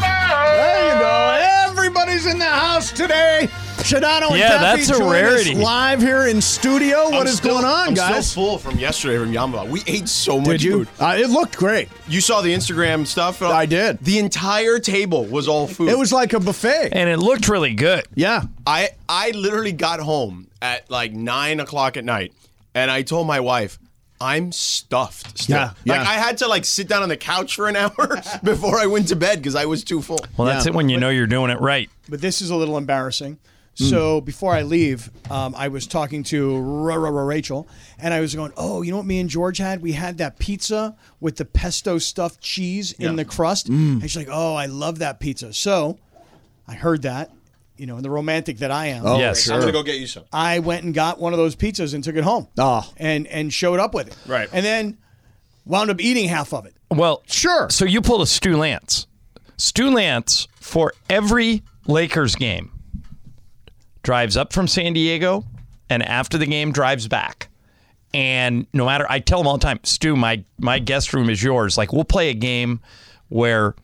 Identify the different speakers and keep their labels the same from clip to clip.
Speaker 1: There you go. Everybody's in the house today. Shadano and
Speaker 2: Yeah,
Speaker 1: Taffy
Speaker 2: that's a
Speaker 1: joining us
Speaker 2: rarity.
Speaker 1: live here in studio. What
Speaker 3: I'm
Speaker 1: is
Speaker 3: still-
Speaker 1: going on,
Speaker 3: I'm
Speaker 1: guys?
Speaker 3: still full from yesterday from Yamaba. We ate so much
Speaker 1: Did you?
Speaker 3: food.
Speaker 1: Uh, it looked great.
Speaker 3: You saw the Instagram stuff. and all-
Speaker 1: I did.
Speaker 3: The entire table was all food.
Speaker 1: It was like a buffet.
Speaker 2: and it looked really good.
Speaker 1: Yeah.
Speaker 3: I I literally got home at like nine o'clock at night, and I told my wife. I'm stuffed. Still.
Speaker 1: Yeah,
Speaker 3: Like
Speaker 1: yeah.
Speaker 3: I had to like sit down on the couch for an hour before I went to bed because I was too full.
Speaker 2: Well, that's
Speaker 1: Yeah.
Speaker 2: it when you know you're doing it right.
Speaker 4: but this is a little embarrassing.
Speaker 3: Hmm.
Speaker 4: So before I leave, um, I was talking to Ra- Ra- Ra- Rachel, and I was going, "Oh, you know what me and George had? We had that pizza with the pesto stuffed cheese in the crust."
Speaker 3: Hmm.
Speaker 4: And she's like, "Oh, I love that pizza." So I heard that, you know, and the romantic that I
Speaker 1: Oh,
Speaker 4: am,
Speaker 2: Oh, yes.
Speaker 3: Oh, I'm gonna go Ah. get you some.
Speaker 4: I went and got one of those pizzas and took it home,
Speaker 1: Oh.
Speaker 4: and and showed up with it,
Speaker 3: Right.
Speaker 4: and then wound up eating half of it.
Speaker 2: Well,
Speaker 1: Sure.
Speaker 2: So you pulled a Stu Lance. Stu Lance for every Lakers game drives up from San Diego and after the game drives back. And no matter I tell him all the time, Stu, my my guest room is yours. Like we'll play a game where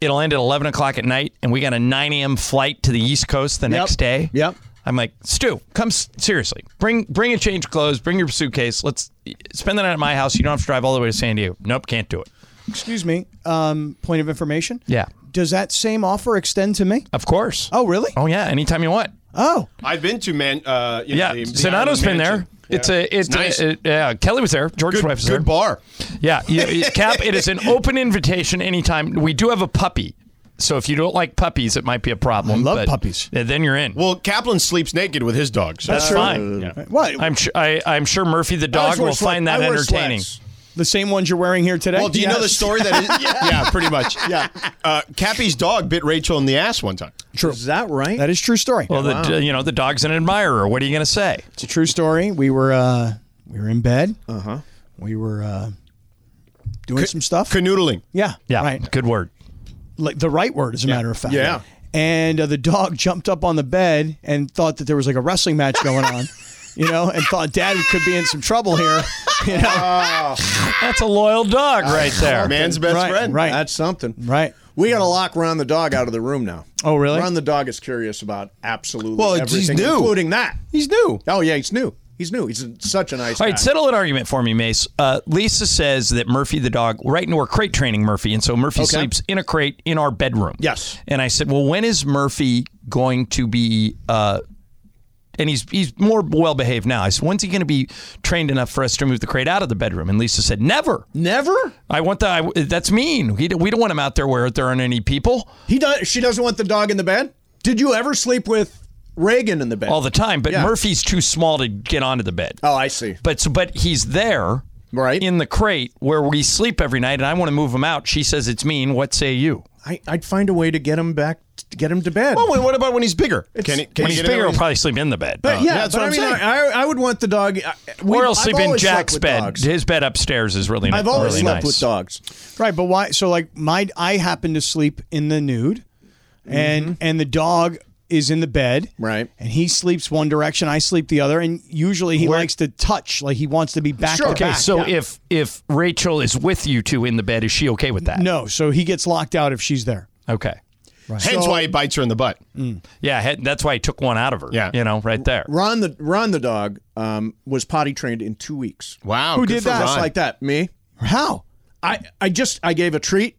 Speaker 2: it'll end at eleven o'clock at night and we got a nine AM flight to the East Coast the next day.
Speaker 1: Yep.
Speaker 2: I'm like, Stu, come s- seriously. Bring bring a change of clothes. Bring your suitcase. Let's spend the night at my house. You don't have to drive all the way to San Diego. Nope, can't do it.
Speaker 4: Excuse me. Um, point of information.
Speaker 2: Yeah.
Speaker 4: Does that same offer extend to me?
Speaker 2: Of course.
Speaker 4: Oh, really?
Speaker 2: Oh yeah, anytime you want.
Speaker 4: Oh.
Speaker 3: I've been to man. Uh, you know,
Speaker 2: Yeah,
Speaker 3: the- the
Speaker 2: Sonato's
Speaker 3: Island
Speaker 2: been there.
Speaker 3: Mansion.
Speaker 2: It's a it's,
Speaker 3: It's nice.
Speaker 2: a, yeah. Kelly was there. George's
Speaker 3: Good,
Speaker 2: wife was there.
Speaker 3: good bar.
Speaker 2: Yeah, you- you- Cap. It is an open invitation anytime. We do have a puppy, so if you don't like puppies, it might be a problem.
Speaker 4: I love
Speaker 2: but
Speaker 4: puppies.
Speaker 2: Then you're in.
Speaker 3: Well, Kaplan sleeps naked with his dogs.
Speaker 2: that's fine.
Speaker 4: What?
Speaker 2: I'm su- I, I'm sure Murphy the
Speaker 4: I
Speaker 2: dog
Speaker 4: always wear
Speaker 2: will
Speaker 4: slacks.
Speaker 2: find that
Speaker 4: I wear
Speaker 2: entertaining.
Speaker 4: slacks. The same ones you're wearing here today.
Speaker 3: Well, do you know the
Speaker 4: Yes.
Speaker 3: story that? Is, yeah. pretty much. Yeah. Uh, Cappy's dog bit Rachel in the ass one time.
Speaker 1: Is that right?
Speaker 4: That is true story.
Speaker 2: Well, the, you know the dog's an admirer. What are you going to say?
Speaker 4: it's a true story. We were uh, we were in bed. Uh
Speaker 3: Uh-huh.
Speaker 4: huh. We were uh, doing some stuff.
Speaker 3: Canoodling.
Speaker 4: yeah.
Speaker 2: Yeah,
Speaker 4: Right.
Speaker 2: good word.
Speaker 4: Like the right word, as a matter of fact.
Speaker 3: Yeah.
Speaker 4: And uh, the dog jumped up on the bed and thought that there was like a wrestling match going on. You know, and thought Dad could be in some trouble here. You know?
Speaker 3: Oh,
Speaker 2: That's a loyal dog right there.
Speaker 3: Man's best
Speaker 4: Right,
Speaker 3: friend.
Speaker 4: right.
Speaker 1: That's something.
Speaker 4: Right.
Speaker 1: We got to lock Ron the dog out of the room now.
Speaker 4: Oh, really?
Speaker 1: Ron the dog is curious about absolutely
Speaker 3: Well, he's
Speaker 1: everything,
Speaker 3: new.
Speaker 1: including that.
Speaker 3: He's new.
Speaker 1: Oh, yeah, he's new. He's new. He's such a nice
Speaker 2: All
Speaker 1: guy.
Speaker 2: right, settle an argument for me, Mace. Uh, Lisa says that Murphy the dog, right now we're crate training Murphy, and so Murphy sleeps in a crate in our bedroom.
Speaker 1: Yes.
Speaker 2: And I said, well, when is Murphy going to be? Uh, and he's he's more well behaved now. I said, when's he going to be trained enough for us to move the crate out of the bedroom? And Lisa said, never.
Speaker 1: Never?
Speaker 2: I want the. I, that's mean. We don't, we don't want him out there where there aren't any people
Speaker 1: He does. She doesn't want the dog in the bed. Did you ever sleep with Reagan in the bed?
Speaker 2: all the time. But
Speaker 1: Yeah.
Speaker 2: Murphy's too small to get onto the bed.
Speaker 1: Oh, I see.
Speaker 2: But so, but he's there,
Speaker 1: Right.
Speaker 2: in the crate where we sleep every night, and I want to move him out. She says it's mean. What say you?
Speaker 1: I, I'd find a way to get him back, to get him to bed.
Speaker 3: Oh, and what about when he's bigger? can he, can
Speaker 2: When
Speaker 3: he
Speaker 2: he's
Speaker 3: get in
Speaker 2: bigger,
Speaker 3: there?
Speaker 2: he'll probably sleep in the bed.
Speaker 1: but yeah,
Speaker 3: that's
Speaker 1: but
Speaker 3: what
Speaker 1: I
Speaker 3: I'm
Speaker 1: mean,
Speaker 3: saying.
Speaker 1: I, I would want the dog.
Speaker 4: uh,
Speaker 1: I- we-
Speaker 2: or he'll
Speaker 1: I've
Speaker 2: sleep in
Speaker 1: always slept
Speaker 2: Jack's
Speaker 1: with
Speaker 2: bed.
Speaker 1: dogs.
Speaker 2: His bed upstairs is really.
Speaker 1: I've always
Speaker 2: really
Speaker 1: slept
Speaker 2: nice.
Speaker 1: with dogs.
Speaker 4: Right, but why? So like my, I happen to sleep in the nude, and
Speaker 3: Mm-hmm.
Speaker 4: and the dog is in the bed,
Speaker 1: Right.
Speaker 4: And he sleeps one direction, I sleep the other, and usually he likes to touch, like he wants to be back. to
Speaker 2: Okay,
Speaker 4: back.
Speaker 2: so if if Rachel is with you two in the bed, is she okay with that?
Speaker 4: no, so he gets locked out if she's there.
Speaker 2: Okay.
Speaker 3: Hence why he bites her in the butt.
Speaker 1: Mm.
Speaker 2: Yeah, he- that's why he took one out of her.
Speaker 3: Yeah.
Speaker 2: You know, right there.
Speaker 1: Ron the Ron the dog um, was potty trained in two weeks.
Speaker 3: Wow.
Speaker 1: Who
Speaker 3: good
Speaker 1: did
Speaker 3: for
Speaker 1: that? Just
Speaker 3: Ron.
Speaker 1: like that. Me.
Speaker 4: How?
Speaker 1: I I just I gave a treat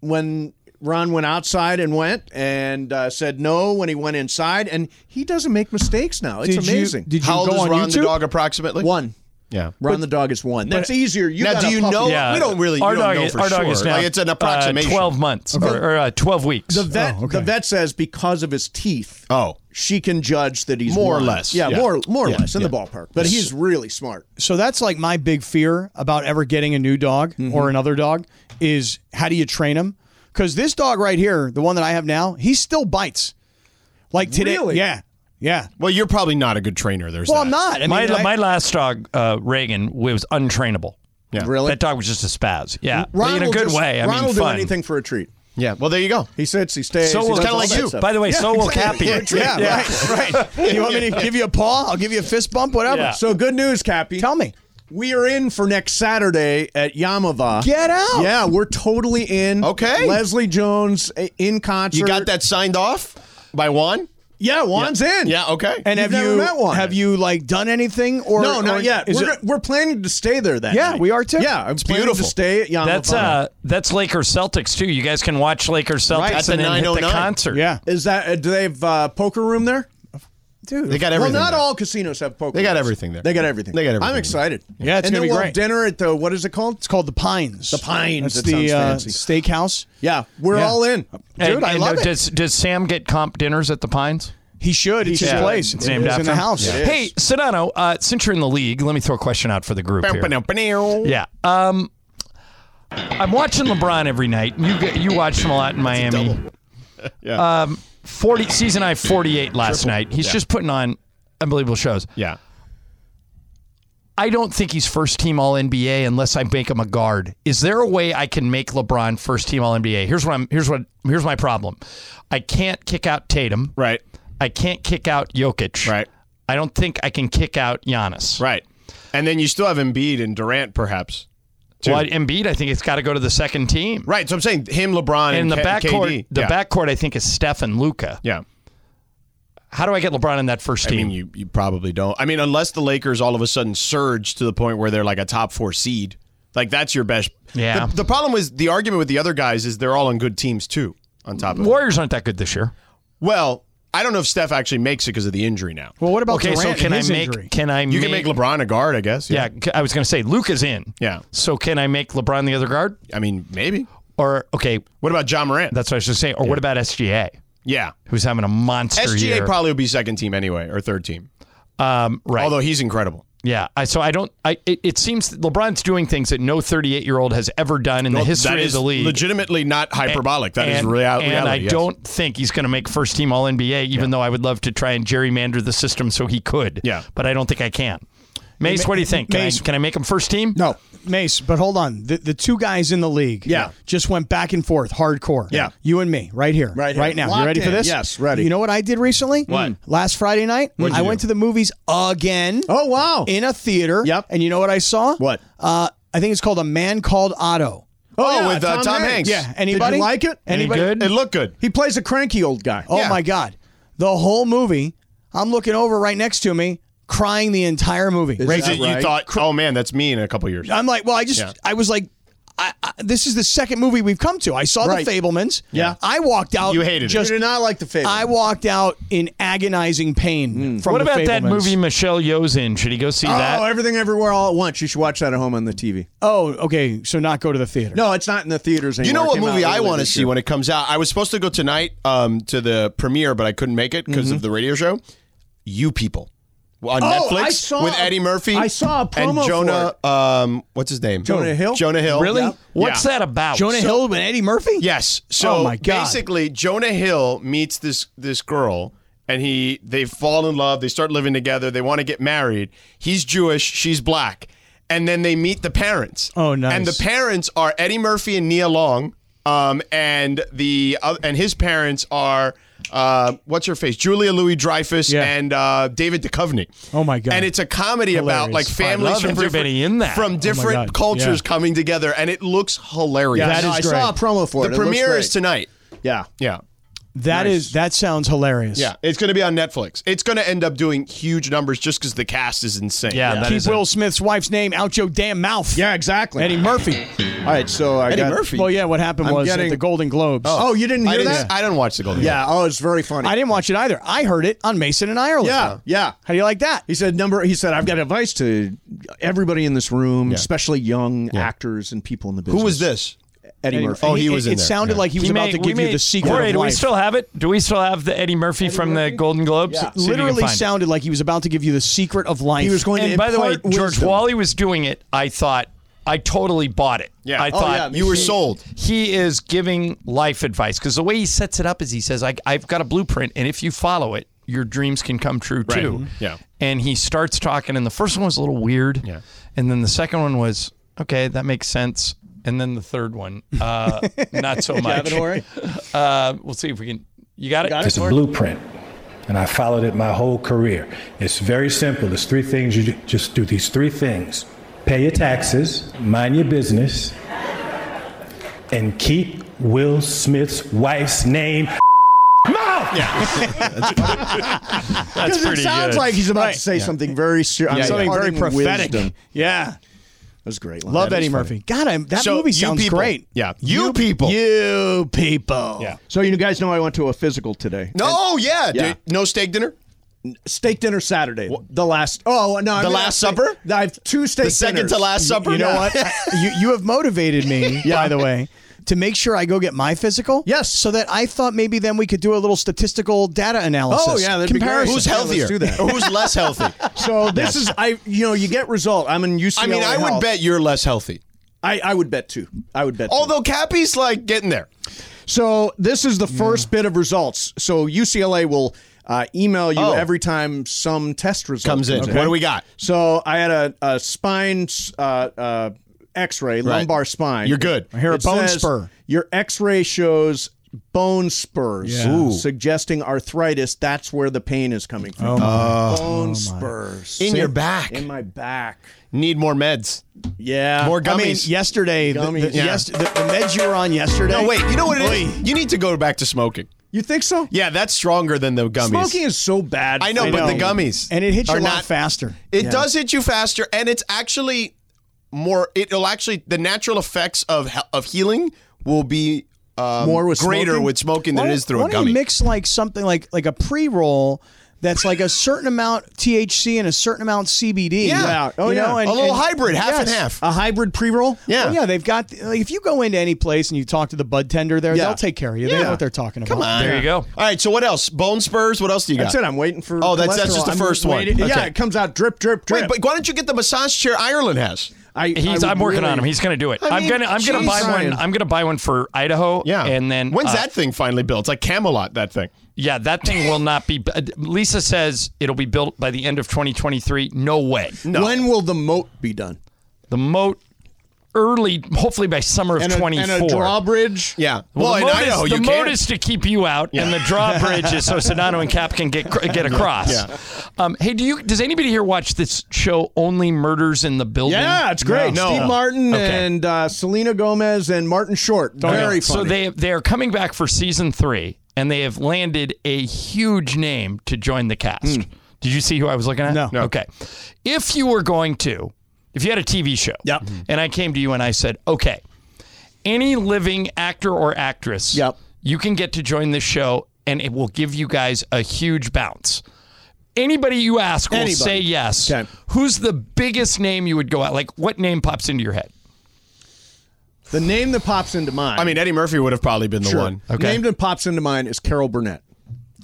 Speaker 1: when Ron went outside and went and uh, said no when he went inside and he doesn't make mistakes now. Oh, It's
Speaker 4: Did you-
Speaker 1: amazing.
Speaker 4: did you
Speaker 3: How old
Speaker 4: go
Speaker 3: is
Speaker 4: on
Speaker 3: Ron the
Speaker 4: YouTube?
Speaker 3: dog approximately?
Speaker 1: one?
Speaker 3: Yeah.
Speaker 1: Ron the dog is one. That's easier. You
Speaker 3: now,
Speaker 1: got
Speaker 3: do
Speaker 1: a
Speaker 3: you
Speaker 1: puppy.
Speaker 3: know?
Speaker 2: yeah.
Speaker 3: We don't really.
Speaker 2: Our
Speaker 3: you don't
Speaker 2: dog
Speaker 3: know
Speaker 2: is,
Speaker 3: for
Speaker 2: our dog
Speaker 3: sure.
Speaker 2: is now
Speaker 3: like it's an
Speaker 2: uh,
Speaker 3: approximation.
Speaker 2: Twelve months or, or, uh, twelve weeks.
Speaker 1: The vet,
Speaker 4: Oh, okay.
Speaker 1: the vet says because of his teeth,
Speaker 3: Oh.
Speaker 1: she can judge that he's
Speaker 3: More or
Speaker 1: one.
Speaker 3: less.
Speaker 1: Yeah,
Speaker 3: Yeah.
Speaker 1: more more or
Speaker 3: Yeah,
Speaker 1: less in the
Speaker 3: yeah.
Speaker 1: ballpark. But he's really smart.
Speaker 4: So that's like my
Speaker 3: Mm-hmm.
Speaker 4: big fear about ever getting a new dog or another dog is how do you train him? Because this dog right here, the one that I have now, he still bites. Like today,
Speaker 1: Really?
Speaker 4: yeah, yeah.
Speaker 3: Well, you're probably not a good trainer. There's
Speaker 4: Well,
Speaker 3: that.
Speaker 4: I'm not. I mean,
Speaker 2: my
Speaker 4: I-
Speaker 2: my last dog, uh, Reagan, was untrainable.
Speaker 3: Yeah.
Speaker 1: Really?
Speaker 2: That dog was just a spaz. Yeah, Uh, But
Speaker 1: Ron
Speaker 2: in a
Speaker 1: will
Speaker 2: good
Speaker 1: just-
Speaker 2: way. I
Speaker 1: Ron
Speaker 2: mean,
Speaker 1: will
Speaker 2: fun.
Speaker 1: do anything for a treat.
Speaker 3: Yeah. Well, there you go.
Speaker 1: He sits, he stays.
Speaker 2: So
Speaker 1: he
Speaker 2: will
Speaker 1: does
Speaker 3: kinda
Speaker 1: all
Speaker 3: like
Speaker 1: that
Speaker 3: you.
Speaker 1: stuff.
Speaker 2: By the way, so will Cappy.
Speaker 4: Yeah,
Speaker 2: Yeah.
Speaker 4: right, right. You want me to give you a paw? I'll give you a fist bump, whatever.
Speaker 2: Yeah.
Speaker 1: so good news, Cappy.
Speaker 4: Tell me.
Speaker 1: We are in for next Saturday at Yamava.
Speaker 4: Get out.
Speaker 1: Yeah, we're totally in.
Speaker 3: Okay.
Speaker 1: Leslie Jones uh, in concert.
Speaker 3: You got that signed off by Juan?
Speaker 1: Yeah, Juan's in.
Speaker 3: Yeah. Okay.
Speaker 4: And have
Speaker 1: You've never
Speaker 4: you
Speaker 1: met one.
Speaker 4: have you like done anything or
Speaker 1: No,
Speaker 4: or
Speaker 1: not yet.
Speaker 4: is
Speaker 1: We're,
Speaker 4: it-
Speaker 1: go- we're planning to stay there that
Speaker 4: Yeah,
Speaker 1: night.
Speaker 4: we are too.
Speaker 1: Yeah, I'm planning
Speaker 3: beautiful.
Speaker 1: to stay at Yamava.
Speaker 2: That's uh, that's Lakers Celtics too. You guys can watch Lakers Celtics
Speaker 3: Right, at the
Speaker 2: and then hit the
Speaker 3: 909.
Speaker 2: concert.
Speaker 4: yeah,
Speaker 1: Is that uh, do they have uh, poker room there?
Speaker 4: dude.
Speaker 3: they got everything.
Speaker 1: well, not
Speaker 3: there.
Speaker 1: all casinos have poker.
Speaker 3: They got
Speaker 1: rooms.
Speaker 3: everything there.
Speaker 1: They got everything.
Speaker 3: They got everything
Speaker 1: I'm
Speaker 3: there.
Speaker 1: excited.
Speaker 4: Yeah, it's
Speaker 1: and
Speaker 4: gonna
Speaker 1: then
Speaker 4: be
Speaker 1: we'll
Speaker 4: great.
Speaker 1: have dinner at the what is it called?
Speaker 4: It's called the Pines. The
Speaker 1: Pines.
Speaker 4: That's
Speaker 1: That
Speaker 4: the
Speaker 1: sounds
Speaker 4: uh,
Speaker 1: fancy.
Speaker 4: steakhouse.
Speaker 1: Yeah, we're
Speaker 4: Yeah.
Speaker 1: all in.
Speaker 2: And-
Speaker 4: Dude, I
Speaker 2: and,
Speaker 4: love
Speaker 2: uh,
Speaker 4: it.
Speaker 2: Does Does Sam get comp dinners at the Pines?
Speaker 4: He should. It's his
Speaker 2: should.
Speaker 4: place.
Speaker 2: It's named
Speaker 4: It's in
Speaker 2: after
Speaker 4: the
Speaker 2: him.
Speaker 4: house.
Speaker 1: Yeah. It
Speaker 2: Hey,
Speaker 1: is.
Speaker 2: Sedano, uh, since you're in the league, let me throw a question out for the group here.
Speaker 3: Yeah.
Speaker 2: Yeah. Um, I'm watching LeBron every night. You get- you watched him a lot in Miami.
Speaker 3: Yeah.
Speaker 2: Um, 40 season I 48 last night. He's just putting on unbelievable shows.
Speaker 3: Yeah.
Speaker 2: I don't think he's first team All NBA unless I make him a guard. Is there a way I can make LeBron first team All NBA? Here's what I'm. Here's what. Here's my problem. I can't kick out Tatum.
Speaker 3: Right.
Speaker 2: I can't kick out Jokic.
Speaker 3: Right.
Speaker 2: I don't think I can kick out Giannis.
Speaker 3: Right. And then you still have Embiid and Durant, perhaps. too.
Speaker 2: Well, Embiid, I think it's got to go to the second team.
Speaker 3: Right. So I'm saying him, LeBron,
Speaker 2: And
Speaker 3: and,
Speaker 2: the
Speaker 3: K-
Speaker 2: backcourt,
Speaker 3: KD.
Speaker 2: the
Speaker 3: yeah.
Speaker 2: backcourt, I think is Steph and Luca.
Speaker 3: Yeah.
Speaker 2: How do I get LeBron in that first
Speaker 3: I
Speaker 2: team?
Speaker 3: mean, you, you probably don't. I mean, unless the Lakers all of a sudden surge to the point where they're like a top four seed, like that's your best.
Speaker 2: Yeah.
Speaker 3: The, the problem is the argument with the other guys is they're all on good teams too. On top of it.
Speaker 2: Warriors aren't that good this year.
Speaker 3: well, I don't know if Steph actually makes it because of the injury now.
Speaker 4: Well, what about
Speaker 2: okay, so
Speaker 4: Durant
Speaker 2: can
Speaker 4: and
Speaker 2: I
Speaker 4: his
Speaker 2: make?
Speaker 4: injury?
Speaker 2: Can I?
Speaker 3: You can make LeBron a guard, I guess.
Speaker 2: Yeah, c- I was going to say Luca's in.
Speaker 3: Yeah.
Speaker 2: So can I make LeBron the other guard?
Speaker 3: I mean, maybe.
Speaker 2: Or okay,
Speaker 3: What about John Morant?
Speaker 2: that's what I was just saying. Or what about SGA,
Speaker 3: yeah.
Speaker 2: who's having a monster
Speaker 3: SGA
Speaker 2: year?
Speaker 3: probably would be second team anyway or third team.
Speaker 2: um, right.
Speaker 3: Although he's incredible.
Speaker 2: yeah. I, so I don't. I it, it seems that LeBron's doing things that no 38 year old has ever done in the history
Speaker 3: that is
Speaker 2: of the league.
Speaker 3: legitimately not hyperbolic. That is
Speaker 2: and,
Speaker 3: rea- reality.
Speaker 2: and I
Speaker 3: yes.
Speaker 2: don't think he's going to make first team All NBA, even though I would love to try and gerrymander the system so he could.
Speaker 3: Yeah.
Speaker 2: But I don't think I can. Mace, what do you think? Can,
Speaker 4: Mace-
Speaker 2: I, can I make him first team?
Speaker 4: No, Mace, but hold on. The, the two guys in the league
Speaker 1: Yeah.
Speaker 4: just went back and forth hardcore.
Speaker 1: Yeah.
Speaker 4: You and me, right here.
Speaker 1: Right here.
Speaker 4: Right now.
Speaker 1: Locked
Speaker 4: you ready for
Speaker 1: in.
Speaker 4: this?
Speaker 1: Yes, ready.
Speaker 4: You know what I did recently? What? Last Friday night, I went to the movies again
Speaker 1: Oh wow.
Speaker 4: in a theater.
Speaker 1: Yep.
Speaker 4: And you know what I saw?
Speaker 1: What?
Speaker 4: Uh, I think it's called A Man Called Otto.
Speaker 1: oh, yeah,
Speaker 3: with, uh, Tom Hanks.
Speaker 4: Yeah.
Speaker 1: Did you
Speaker 4: Anybody?
Speaker 1: like it?
Speaker 2: Any
Speaker 4: Anybody?
Speaker 2: good?
Speaker 3: It looked good.
Speaker 1: He plays a cranky old guy.
Speaker 4: Oh
Speaker 3: Yeah.
Speaker 4: my God. The whole movie, I'm looking over right next to me, crying the entire movie.
Speaker 3: Right,
Speaker 1: that
Speaker 3: you
Speaker 1: right?
Speaker 3: thought, oh man, that's me in a couple years.
Speaker 4: I'm like, well, I just,
Speaker 3: Yeah.
Speaker 4: I was like, I, I, this is the second movie we've come to. I saw
Speaker 1: Right.
Speaker 4: the Fablemans.
Speaker 1: Yeah.
Speaker 4: I walked out.
Speaker 3: You hated it.
Speaker 1: You
Speaker 4: just,
Speaker 1: did not like the favorite.
Speaker 4: I walked out in agonizing pain
Speaker 3: Hmm.
Speaker 4: from
Speaker 2: What
Speaker 4: the
Speaker 2: about that
Speaker 4: Fablemans.
Speaker 2: movie Michelle Yeoh's in? Should he go see
Speaker 1: Oh,
Speaker 2: that?
Speaker 1: everything everywhere all at once. You should watch that at home on the TV.
Speaker 4: Oh, okay. So not go to the theater.
Speaker 1: No, it's not in the theaters
Speaker 3: You
Speaker 1: anymore.
Speaker 3: know
Speaker 1: It
Speaker 3: what
Speaker 1: came out
Speaker 3: movie I
Speaker 1: earlier
Speaker 3: want to
Speaker 1: this
Speaker 3: see
Speaker 1: year.
Speaker 3: when it comes out? I was supposed to go tonight um, to the premiere, but I couldn't make it because of the radio show. You people on
Speaker 1: Mm-hmm. Oh,
Speaker 3: Netflix
Speaker 1: I saw
Speaker 3: with
Speaker 1: a-
Speaker 3: Eddie Murphy.
Speaker 1: I saw a promo
Speaker 3: and
Speaker 1: for
Speaker 3: Jonah. Um, what's his name?
Speaker 1: Jonah Hill?
Speaker 3: Jonah Hill.
Speaker 1: Really?
Speaker 3: Yeah.
Speaker 2: What's
Speaker 3: Yeah.
Speaker 2: that about?
Speaker 4: Jonah Hill and Eddie Murphy.
Speaker 3: Yes. So
Speaker 4: Oh, my God.
Speaker 3: basically, Jonah Hill meets this this girl, and he they fall in love. They start living together. They want to get married. He's Jewish. She's black, and then they meet the parents.
Speaker 4: Oh, nice.
Speaker 3: And the parents are Eddie Murphy and Nia Long. Um, and the uh, and his parents are. Uh, what's her face? Julia Louis Dreyfus
Speaker 4: Yeah.
Speaker 3: and uh, David Duchovny.
Speaker 4: Oh, my God.
Speaker 3: And it's a comedy about
Speaker 4: Hilarious.
Speaker 3: like
Speaker 2: I
Speaker 3: families
Speaker 2: love
Speaker 3: from different,
Speaker 2: everybody in that. Oh,
Speaker 3: from
Speaker 2: my
Speaker 3: different
Speaker 4: God.
Speaker 3: cultures
Speaker 4: Yeah.
Speaker 3: coming together, and it looks hilarious.
Speaker 1: Yeah,
Speaker 4: That
Speaker 1: no,
Speaker 4: is
Speaker 1: I
Speaker 4: great.
Speaker 1: saw a promo for
Speaker 3: The
Speaker 1: it. It looks
Speaker 3: premiere
Speaker 1: great.
Speaker 3: is tonight.
Speaker 1: Yeah.
Speaker 3: Yeah.
Speaker 4: That is that sounds hilarious.
Speaker 3: Yeah. It's going to be on Netflix. It's going to end up doing huge numbers just because the cast is insane.
Speaker 2: Yeah, that
Speaker 4: Keep
Speaker 2: is a-
Speaker 4: Will Smith's wife's name out your damn mouth.
Speaker 1: Yeah, exactly.
Speaker 4: Eddie Murphy.
Speaker 1: All right, so I
Speaker 3: Eddie
Speaker 1: got
Speaker 3: Murphy.
Speaker 4: Well, yeah. What happened
Speaker 1: I'm
Speaker 4: was
Speaker 1: getting-
Speaker 4: at the Golden Globes.
Speaker 1: Oh, you didn't
Speaker 3: I
Speaker 1: hear
Speaker 3: didn't,
Speaker 1: that?
Speaker 3: I didn't watch the Golden
Speaker 1: yeah. Oh, it's very funny.
Speaker 4: I didn't watch it either. I heard it on Mason and Ireland.
Speaker 1: yeah. Yeah.
Speaker 4: How do you like that?
Speaker 1: He said number he said I've got advice to everybody in this room, especially young actors and people in the business.
Speaker 3: Who was this?
Speaker 1: Eddie, Murphy.
Speaker 3: Oh, he was
Speaker 4: it,
Speaker 3: in
Speaker 4: it
Speaker 3: there.
Speaker 4: sounded
Speaker 3: Yeah.
Speaker 4: like he was
Speaker 2: He
Speaker 4: about
Speaker 2: made-
Speaker 4: to
Speaker 2: we
Speaker 4: give you
Speaker 2: made-
Speaker 4: the secret
Speaker 2: Corey,
Speaker 4: of
Speaker 2: do we
Speaker 4: life.
Speaker 2: still have it? Do we still have the Eddie Murphy from the Golden Globes?
Speaker 1: Yeah.
Speaker 2: See if you can
Speaker 4: literally
Speaker 2: find it.
Speaker 4: sounded like he was about to give you the secret of life.
Speaker 1: He was going to
Speaker 2: And by the way,
Speaker 1: impart
Speaker 2: George
Speaker 1: wisdom.
Speaker 2: while he was doing it, I thought I totally bought it.
Speaker 3: Yeah.
Speaker 2: I
Speaker 3: Oh,
Speaker 2: thought
Speaker 1: yeah, me
Speaker 3: You were
Speaker 1: too.
Speaker 3: sold.
Speaker 2: he is giving life advice because the way he sets it up is he says, I, I've got a blueprint, and if you follow it, your dreams can come true too.
Speaker 3: Yeah.
Speaker 2: And he starts talking, and the first one was a little weird.
Speaker 3: Yeah.
Speaker 2: And then the second one was, okay, that makes sense. And then the third one, uh, not so much.
Speaker 1: Kevin Horry?
Speaker 2: Uh, we'll see if we can. You got it?
Speaker 1: Got it?
Speaker 5: It's a blueprint, and I followed it my whole career. It's very simple. It's three things. You ju- just do these three things pay your taxes, mind your business, and keep Will Smith's wife's name. Mouth!
Speaker 2: That's
Speaker 1: Because it sounds like he's about to say something very serious.
Speaker 6: Yeah, something very prophetic.
Speaker 1: That
Speaker 6: Yeah.
Speaker 1: was a great. line.
Speaker 6: Love
Speaker 1: That is
Speaker 6: Eddie
Speaker 1: funny.
Speaker 6: Murphy. God, I'm, that
Speaker 3: So,
Speaker 6: movie
Speaker 3: you
Speaker 6: sounds
Speaker 3: people.
Speaker 6: great.
Speaker 3: Yeah. You people.
Speaker 6: You people. Yeah.
Speaker 1: So you guys know I went to a physical today.
Speaker 3: No, oh, yeah,
Speaker 1: Yeah.
Speaker 3: dude. No steak dinner?
Speaker 1: steak dinner Saturday. The last. Oh no, I
Speaker 3: The
Speaker 1: mean,
Speaker 3: Last
Speaker 1: I-
Speaker 3: Supper?
Speaker 1: I have two steak.
Speaker 3: The second
Speaker 1: dinners.
Speaker 3: to last supper?
Speaker 6: You know
Speaker 3: Yeah.
Speaker 6: what? you, you have motivated me, by the way, to make sure I go get my physical.
Speaker 1: Yes.
Speaker 6: So that I thought maybe then we could do a little statistical data analysis.
Speaker 1: Oh, yeah, that'd be great.
Speaker 6: comparison.
Speaker 3: Who's
Speaker 1: Yeah, let's
Speaker 3: healthier?
Speaker 1: do that.
Speaker 3: Or who's less healthy?
Speaker 1: So this is I. You know, you get result. I'm in UCLA.
Speaker 3: I mean, I would
Speaker 1: Health.
Speaker 3: bet you're less healthy.
Speaker 1: I, I would bet too. I would bet. two.
Speaker 3: Although Cappy's like getting there.
Speaker 1: So this is the first bit of results. So UCLA will uh, email you
Speaker 3: Oh.
Speaker 1: every time some test result
Speaker 3: Comes in. What do we got?
Speaker 1: So I had a, a spine uh, uh, X-ray, lumbar spine.
Speaker 3: You're good. I hear a bone spur.
Speaker 1: Your X-ray shows bone spurs, suggesting arthritis. That's where the pain is coming from. bone spurs
Speaker 3: Oh In your back.
Speaker 1: in my back.
Speaker 3: Need more meds.
Speaker 1: Yeah,
Speaker 3: More
Speaker 6: I mean,
Speaker 3: gummies.
Speaker 6: yesterday, the, the,
Speaker 1: Gummies. Yeah.
Speaker 6: yes, the, the meds you were on yesterday.
Speaker 3: No, wait. You know what it
Speaker 6: Oy.
Speaker 3: is? You need to go back to smoking.
Speaker 1: you think so?
Speaker 3: Yeah, that's stronger than the gummies.
Speaker 1: Smoking is so bad.
Speaker 3: I know,
Speaker 1: for
Speaker 3: but
Speaker 1: you.
Speaker 3: the gummies.
Speaker 6: And it hits you
Speaker 3: are
Speaker 6: a lot
Speaker 3: not-
Speaker 6: faster.
Speaker 3: It does hit you faster, and it's actually more. It'll actually the natural effects of he- of healing will be um,
Speaker 1: More with
Speaker 3: greater
Speaker 1: smoking?
Speaker 3: with smoking than
Speaker 6: Why
Speaker 3: it
Speaker 6: don't-
Speaker 3: is through
Speaker 6: why
Speaker 3: a
Speaker 6: don't
Speaker 3: gummy.
Speaker 6: you mix like something like like a pre roll that's like a certain amount THC and a certain amount CBD.
Speaker 3: Yeah. Yeah.
Speaker 1: Oh,
Speaker 6: you know,
Speaker 1: yeah.
Speaker 6: and-
Speaker 3: a little
Speaker 6: and-
Speaker 3: hybrid, half and
Speaker 6: yes.
Speaker 3: half.
Speaker 1: a hybrid pre-roll.
Speaker 3: Yeah.
Speaker 6: Well, Oh, yeah, they've got. Like, if you go into any place and you talk to the bud tender there,
Speaker 1: Yeah.
Speaker 6: they'll take care of you. They know what they're talking about.
Speaker 3: Come on,
Speaker 2: There you go.
Speaker 3: All right, so what else? Bone spurs. What else do you got?
Speaker 1: That's it. I'm waiting for.
Speaker 3: Oh, that's- that's
Speaker 1: cholesterol.
Speaker 3: just the
Speaker 1: I'm
Speaker 3: first one.
Speaker 1: waiting- Yeah,
Speaker 3: Okay.
Speaker 1: it comes out drip, drip, drip.
Speaker 3: Wait, but why don't you get the massage chair Ireland has?
Speaker 1: I,
Speaker 2: He's,
Speaker 1: I
Speaker 2: I'm
Speaker 1: would
Speaker 2: working
Speaker 1: really-
Speaker 2: on him. He's going to do it.
Speaker 3: I
Speaker 2: I am
Speaker 3: mean,
Speaker 2: gonna. I'm gonna
Speaker 3: geez,
Speaker 2: buy
Speaker 1: Ryan.
Speaker 2: one. I'm gonna buy one for Idaho. and then
Speaker 3: when's
Speaker 2: uh,
Speaker 3: that thing finally built? It's like Camelot. That thing.
Speaker 2: Yeah, that thing will not be. uh, Lisa says it'll be built by the end of 2023. No way.
Speaker 1: When will the moat be done?
Speaker 2: The moat early, hopefully by summer of
Speaker 1: And a,
Speaker 2: 24.
Speaker 1: and a drawbridge.
Speaker 3: Yeah.
Speaker 2: Well, the
Speaker 3: in
Speaker 2: moat
Speaker 3: Idaho,
Speaker 2: is,
Speaker 3: you
Speaker 2: the moat
Speaker 3: can't.
Speaker 2: is to keep you out, and the drawbridge is so Sedano and Cap can get cr- get across. Um, hey, do you? Does anybody here watch this show? Only murders in the building.
Speaker 1: Yeah, it's great.
Speaker 3: No.
Speaker 1: Steve Martin
Speaker 2: Okay.
Speaker 1: and uh, Selena Gomez and Martin Short. Very funny.
Speaker 2: So they they are coming back for season three, and they have landed a huge name to join the cast.
Speaker 1: Hmm.
Speaker 2: Did you see who I was looking at?
Speaker 6: No. No.
Speaker 2: Okay. If you were going to, if you had a TV show,
Speaker 1: Yep.
Speaker 2: and I came to you and I said, okay, any living actor or actress,
Speaker 1: Yep.
Speaker 2: you can get to join this show, and it will give you guys a huge bounce. Anybody you ask will
Speaker 1: Anybody.
Speaker 2: say yes.
Speaker 1: Okay.
Speaker 2: Who's the biggest name you would go out? Like, what name pops into your head?
Speaker 1: the name that pops into mind.
Speaker 3: I mean, Eddie Murphy would have probably been the one.
Speaker 2: Okay.
Speaker 1: Name that pops into mind is Carol Burnett.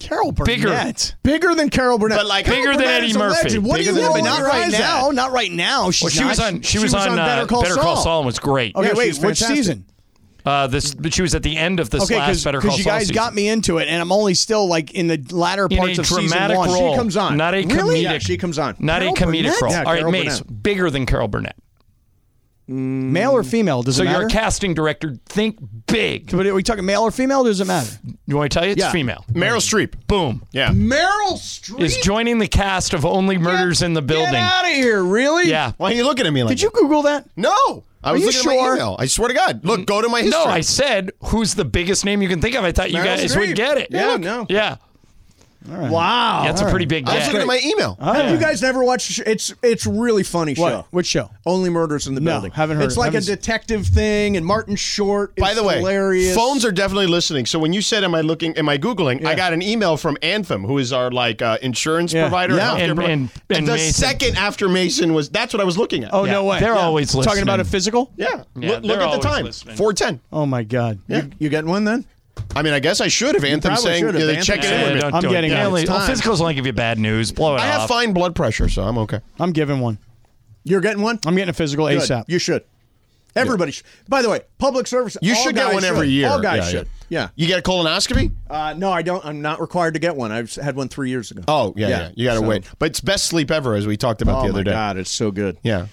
Speaker 6: Carol Burnett.
Speaker 2: Bigger.
Speaker 1: Bigger than Carol Burnett,
Speaker 3: But like-
Speaker 1: Carol
Speaker 2: Bigger than
Speaker 1: Burnett
Speaker 2: Eddie
Speaker 1: is a
Speaker 2: Murphy.
Speaker 1: legend. What
Speaker 3: Bigger
Speaker 1: do you
Speaker 3: than-
Speaker 1: roll
Speaker 3: but
Speaker 1: your
Speaker 6: Not right
Speaker 1: eyes at?
Speaker 6: now. Not right now. Oh, She's
Speaker 2: Well, she
Speaker 6: not-
Speaker 2: was on. She, was, on, uh, Better Call Saul. and was great.
Speaker 6: Okay,
Speaker 1: Yeah,
Speaker 6: wait.
Speaker 1: she's
Speaker 6: Which
Speaker 1: fantastic.
Speaker 6: season?
Speaker 2: Uh, this, but she was at the end of this
Speaker 6: Okay,
Speaker 2: last Better Call
Speaker 6: because
Speaker 2: Saul
Speaker 6: you guys
Speaker 2: season.
Speaker 6: got me into it, and I'm only still like in the latter
Speaker 2: in
Speaker 6: parts
Speaker 2: a
Speaker 6: of season
Speaker 2: dramatic
Speaker 6: one.
Speaker 2: role.
Speaker 1: She comes on.
Speaker 2: Not a
Speaker 1: Really?
Speaker 2: comedic.
Speaker 1: Yeah, she comes on.
Speaker 2: Not a
Speaker 6: Carol
Speaker 2: comedic
Speaker 6: Burnett?
Speaker 2: role.
Speaker 6: Yeah,
Speaker 2: All right,
Speaker 1: Carol
Speaker 2: Mace,
Speaker 1: Burnett.
Speaker 2: bigger than Carol Burnett.
Speaker 6: Male or female? Does
Speaker 2: Mm. So
Speaker 6: it matter?
Speaker 2: you're a casting director. Think big.
Speaker 6: But are we talking male or female? Does it matter?
Speaker 2: You want me to tell you? It's
Speaker 1: Yeah.
Speaker 2: female.
Speaker 3: Meryl Streep.
Speaker 2: Boom.
Speaker 3: Yeah.
Speaker 1: Meryl Streep
Speaker 2: Is joining the cast of Only Murders in the
Speaker 1: Get
Speaker 2: Building.
Speaker 1: out of here, really?
Speaker 2: Yeah.
Speaker 3: Why are you looking at me like?
Speaker 6: Did you Google that?
Speaker 3: No, I was
Speaker 6: you
Speaker 3: looking at
Speaker 6: sure?
Speaker 3: my email. I swear to God. Look, go to my history.
Speaker 2: No, I said who's the biggest name you can think of. I thought you
Speaker 1: Meryl
Speaker 2: guys would
Speaker 1: Streep.
Speaker 2: get it.
Speaker 1: Yeah, no.
Speaker 2: Yeah.
Speaker 1: Wow.
Speaker 2: Uh-huh. That's a pretty big
Speaker 3: I was
Speaker 2: get.
Speaker 3: looking at my email.
Speaker 1: Have you guys never watched? sh- It's it's really funny
Speaker 6: What?
Speaker 1: show.
Speaker 6: Which show?
Speaker 1: Only Murders in the
Speaker 6: No,
Speaker 1: Building.
Speaker 6: haven't heard
Speaker 1: It's
Speaker 6: of it.
Speaker 1: like
Speaker 6: Haven't
Speaker 1: a
Speaker 6: s-
Speaker 1: detective thing, and Martin Short. Is
Speaker 3: By the way,
Speaker 1: hilarious.
Speaker 3: phones are definitely listening. So when you said, "Am I looking? Am I googling?" I got an email from Anthem, who is our like uh, insurance
Speaker 6: Yeah.
Speaker 3: provider.
Speaker 6: Yeah.
Speaker 3: healthcare
Speaker 2: And-
Speaker 3: provider.
Speaker 2: and- and
Speaker 3: the
Speaker 2: Mason.
Speaker 3: second after Mason was that's what I was looking at.
Speaker 6: Oh
Speaker 2: Yeah,
Speaker 6: no way!
Speaker 2: they're always
Speaker 6: talking about a
Speaker 2: listening.
Speaker 6: physical.
Speaker 3: yeah.
Speaker 2: Yeah,
Speaker 3: Look- look
Speaker 2: they're
Speaker 3: at the
Speaker 2: always
Speaker 3: time.
Speaker 2: listening.
Speaker 3: Four ten.
Speaker 6: Oh my god!
Speaker 1: You, you getting one then?
Speaker 3: I mean, I guess I should have Anthem's
Speaker 1: probably
Speaker 3: saying
Speaker 1: should have.
Speaker 3: yeah, they
Speaker 1: Anthem
Speaker 3: check it
Speaker 1: said
Speaker 3: in.
Speaker 2: Yeah,
Speaker 3: with me.
Speaker 2: don't
Speaker 6: I'm
Speaker 2: do
Speaker 6: getting
Speaker 2: it.
Speaker 6: it.
Speaker 2: They only-
Speaker 1: It's
Speaker 2: well,
Speaker 1: time.
Speaker 2: physicals only give you bad news. Blow it
Speaker 3: I have
Speaker 2: off.
Speaker 3: fine blood pressure, so I'm okay.
Speaker 6: I'm giving one.
Speaker 1: You're getting one.
Speaker 6: I'm getting a physical
Speaker 1: Good.
Speaker 6: ASAP.
Speaker 1: You should. Everybody. Should. By the way, public service.
Speaker 3: You
Speaker 1: all
Speaker 3: should get
Speaker 1: guys
Speaker 3: one every
Speaker 1: should.
Speaker 3: year.
Speaker 1: All guys
Speaker 3: yeah,
Speaker 1: should. Yeah.
Speaker 3: You get a colonoscopy?
Speaker 1: Uh, no, I don't. I'm not required to get one. I've had one three years ago.
Speaker 3: Oh, yeah, yeah. You got to
Speaker 1: so-
Speaker 3: wait. But it's best sleep ever, as we talked about
Speaker 1: Oh
Speaker 3: the other
Speaker 1: my
Speaker 3: day.
Speaker 1: god, it's so good.
Speaker 3: Yeah.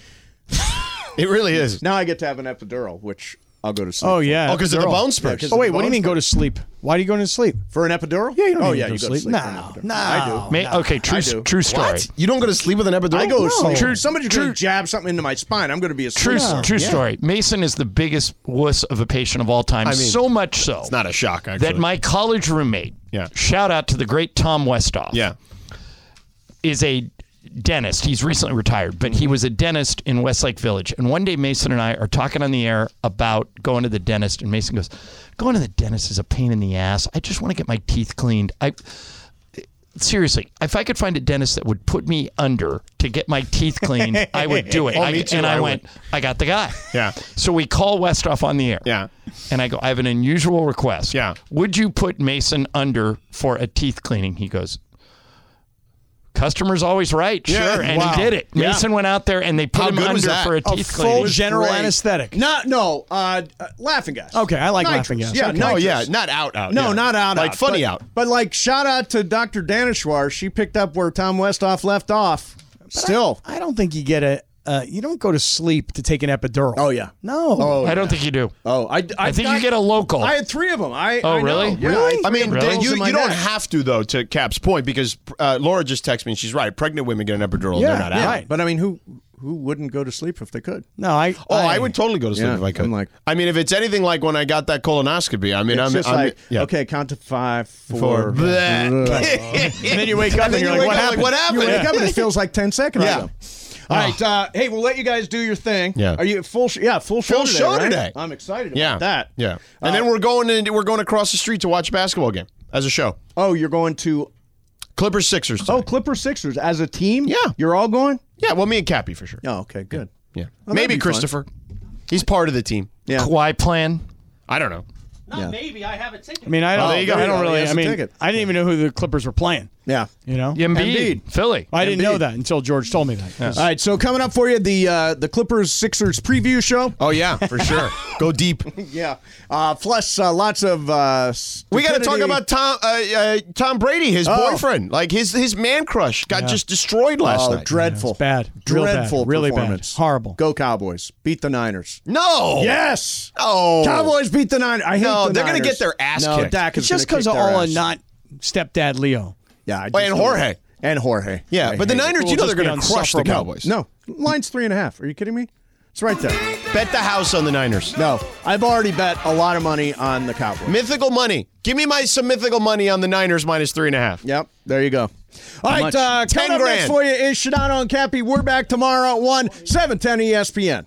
Speaker 3: it really is.
Speaker 1: Now I get to have an epidural, which I'll go to sleep.
Speaker 6: Oh
Speaker 1: for.
Speaker 6: yeah.
Speaker 3: Oh, because of the
Speaker 6: epidural.
Speaker 3: bone spurs.
Speaker 6: Oh wait, what do you mean go to sleep? Why do you go to sleep?
Speaker 1: for an epidural.
Speaker 6: Yeah, you don't
Speaker 1: Oh
Speaker 6: need
Speaker 1: yeah,
Speaker 6: to go
Speaker 1: you
Speaker 6: to
Speaker 1: go to
Speaker 6: sleep.
Speaker 1: sleep. for an
Speaker 6: No,
Speaker 1: epidural.
Speaker 6: no.
Speaker 1: I do.
Speaker 2: May, okay, true,
Speaker 1: I
Speaker 2: s-
Speaker 1: do.
Speaker 2: true story.
Speaker 3: What? You don't go to sleep with an epidural?
Speaker 1: I go to sleep.
Speaker 2: True-
Speaker 1: Somebody's going
Speaker 2: true-
Speaker 1: to jab something into my spine. I'm going to be asleep.
Speaker 2: True, true story. Mason is the biggest wuss of a patient of all time.
Speaker 3: I mean,
Speaker 2: so much so
Speaker 3: It's not a shock, actually.
Speaker 2: that my college roommate,
Speaker 3: Yeah.
Speaker 2: shout out to the great Tom Westoff,
Speaker 3: Yeah.
Speaker 2: is a dentist. He's recently retired, but
Speaker 3: Mm-hmm.
Speaker 2: he was a dentist in Westlake Village. And one day, Mason and I are talking on the air about going to the dentist, and Mason goes, "Going to the dentist is a pain in the ass. I just want to get my teeth cleaned." I seriously, if I could find a dentist that would put me under to get my teeth cleaned, I would do it.
Speaker 3: Oh,
Speaker 2: I-
Speaker 3: me too,
Speaker 2: and I,
Speaker 3: I
Speaker 2: went, I got the guy.
Speaker 3: Yeah.
Speaker 2: So we call Westoff on the air.
Speaker 3: Yeah.
Speaker 2: And I go, I have an unusual request.
Speaker 3: Yeah.
Speaker 2: Would you put Mason under for a teeth cleaning? He goes, Customer's always right.
Speaker 3: Yeah.
Speaker 2: Sure. And
Speaker 3: Wow.
Speaker 2: he did it.
Speaker 3: Yeah.
Speaker 2: Mason went out there and they put
Speaker 3: How
Speaker 2: him
Speaker 3: good was
Speaker 2: under
Speaker 3: that?
Speaker 2: for a
Speaker 3: A
Speaker 2: teeth
Speaker 6: full
Speaker 2: cleaning.
Speaker 6: general
Speaker 1: Great.
Speaker 6: anesthetic.
Speaker 1: No, no, uh, uh, laughing gas.
Speaker 6: Okay, I like
Speaker 1: Nitrous.
Speaker 6: laughing gas.
Speaker 1: Yeah,
Speaker 6: Okay.
Speaker 1: no,
Speaker 3: Oh, yeah. Not out, out.
Speaker 1: No,
Speaker 3: yeah.
Speaker 1: not out.
Speaker 3: Like
Speaker 1: out,
Speaker 3: funny
Speaker 1: but-
Speaker 3: out.
Speaker 1: But like, shout out to Dr. Danishwar. She picked up where Tom Westoff left off. Still,
Speaker 6: I don't think you get a. Uh, you don't go to sleep to take an epidural.
Speaker 1: Oh, yeah.
Speaker 6: No. Oh.
Speaker 2: I don't think you do.
Speaker 1: oh, I, I,
Speaker 2: think you get a local.
Speaker 1: I had three of them. I
Speaker 2: Oh,
Speaker 1: I know.
Speaker 2: really?
Speaker 1: Yeah,
Speaker 6: Really?
Speaker 1: had
Speaker 3: I mean,
Speaker 1: three
Speaker 2: Really?
Speaker 1: of them
Speaker 3: you,
Speaker 1: in my
Speaker 3: you don't
Speaker 1: neck.
Speaker 3: have to, though, to Cap's point, because uh, Laura just texted me and she's right. Pregnant women get an epidural and
Speaker 6: Yeah,
Speaker 3: they're not
Speaker 6: yeah.
Speaker 3: out.
Speaker 6: Right.
Speaker 1: But I mean, who who wouldn't go to sleep if they could?
Speaker 6: No. I.
Speaker 3: Oh, I, would totally go to sleep
Speaker 1: Yeah,
Speaker 3: if I could.
Speaker 1: I'm like-
Speaker 3: I mean, if it's anything like when I got that colonoscopy, I mean,
Speaker 1: It's
Speaker 3: I'm
Speaker 1: just
Speaker 3: I'm-
Speaker 1: like,
Speaker 3: yeah.
Speaker 1: okay, count to five,
Speaker 3: For
Speaker 1: four.
Speaker 3: and then you wake
Speaker 6: up and you're like,
Speaker 3: wake
Speaker 6: what
Speaker 3: up,
Speaker 6: happened?
Speaker 3: What
Speaker 1: You
Speaker 3: happened?
Speaker 1: wake up and it feels like ten seconds.
Speaker 3: Yeah.
Speaker 1: ago. All right. Uh, hey, we'll let you guys do your thing.
Speaker 3: Yeah.
Speaker 1: Are you at full? Sh- yeah, full show.
Speaker 3: Full
Speaker 1: today,
Speaker 3: show
Speaker 1: right?
Speaker 3: today.
Speaker 1: I'm excited
Speaker 3: Yeah,
Speaker 1: about that. Uh,
Speaker 3: Yeah, and then we're going in, we're going across the street to watch a basketball game as a show.
Speaker 1: Oh, you're going to
Speaker 3: Clippers Sixers.
Speaker 1: oh
Speaker 3: tonight.
Speaker 1: Clipper Sixers as a team.
Speaker 3: Yeah.
Speaker 1: You're all going.
Speaker 3: yeah. Well, me and Cappy for sure.
Speaker 1: Oh, okay, good.
Speaker 3: Yeah,
Speaker 1: that'd
Speaker 3: maybe
Speaker 1: be fun.
Speaker 3: Christopher. He's part of the team.
Speaker 1: Yeah.
Speaker 2: Kawhi plan.
Speaker 3: I don't know.
Speaker 7: Not maybe I have a ticket.
Speaker 6: I mean,
Speaker 1: Oh,
Speaker 6: I don't.
Speaker 3: there you go.
Speaker 6: I don't
Speaker 3: Yeah,
Speaker 6: really.
Speaker 1: that's
Speaker 6: I
Speaker 1: the
Speaker 6: mean,
Speaker 1: ticket.
Speaker 6: I didn't even know who the Clippers were playing.
Speaker 1: Yeah.
Speaker 6: You know.
Speaker 2: Embiid, Philly.
Speaker 6: I didn't
Speaker 1: Embiid.
Speaker 6: know that until George told me that.
Speaker 1: All right, so coming up for you the uh, the Clippers Sixers preview show.
Speaker 3: Oh yeah, for sure. Go deep.
Speaker 1: Yeah, uh, plus uh, lots of uh,
Speaker 3: We got to talk
Speaker 1: stupidity.
Speaker 3: about Tom uh, uh, Tom Brady, his
Speaker 1: Oh.
Speaker 3: boyfriend, like his his man crush got just destroyed last
Speaker 1: oh
Speaker 3: night.
Speaker 1: dreadful,
Speaker 6: It's bad. Real bad.
Speaker 1: dreadful
Speaker 6: Really bad.
Speaker 1: performance,
Speaker 6: Horrible.
Speaker 1: Go Cowboys, beat the Niners.
Speaker 3: no.
Speaker 1: Yes,
Speaker 3: Oh.
Speaker 1: Cowboys beat the Niners. I hate
Speaker 3: No,
Speaker 1: the
Speaker 3: they're gonna
Speaker 1: Niners.
Speaker 3: get their ass
Speaker 1: No,
Speaker 3: kicked.
Speaker 1: Dak
Speaker 6: It's
Speaker 1: is
Speaker 6: just because of
Speaker 1: because
Speaker 6: all
Speaker 1: ass.
Speaker 6: and not stepdad Leo.
Speaker 1: Yeah, I just
Speaker 3: and Jorge.
Speaker 1: and Jorge.
Speaker 3: Yeah,
Speaker 1: I
Speaker 3: but the
Speaker 1: hate it.
Speaker 3: Niners, you know, they're
Speaker 6: just be
Speaker 3: going to crush the
Speaker 6: unsufferable.
Speaker 3: Cowboys.
Speaker 1: No, line's three and a half. Are you kidding me? It's right there.
Speaker 3: bet the house on the Niners.
Speaker 1: No, I've already bet a lot of money on the Cowboys.
Speaker 3: Mythical money. Give me my some mythical money on the Niners minus three and a half.
Speaker 1: Yep, there you go. All right,
Speaker 3: much?
Speaker 1: uh,
Speaker 3: Ten
Speaker 1: coming up next
Speaker 3: grand.
Speaker 1: for you is Shadano and Cappy. We're back tomorrow at 1, 710 ESPN.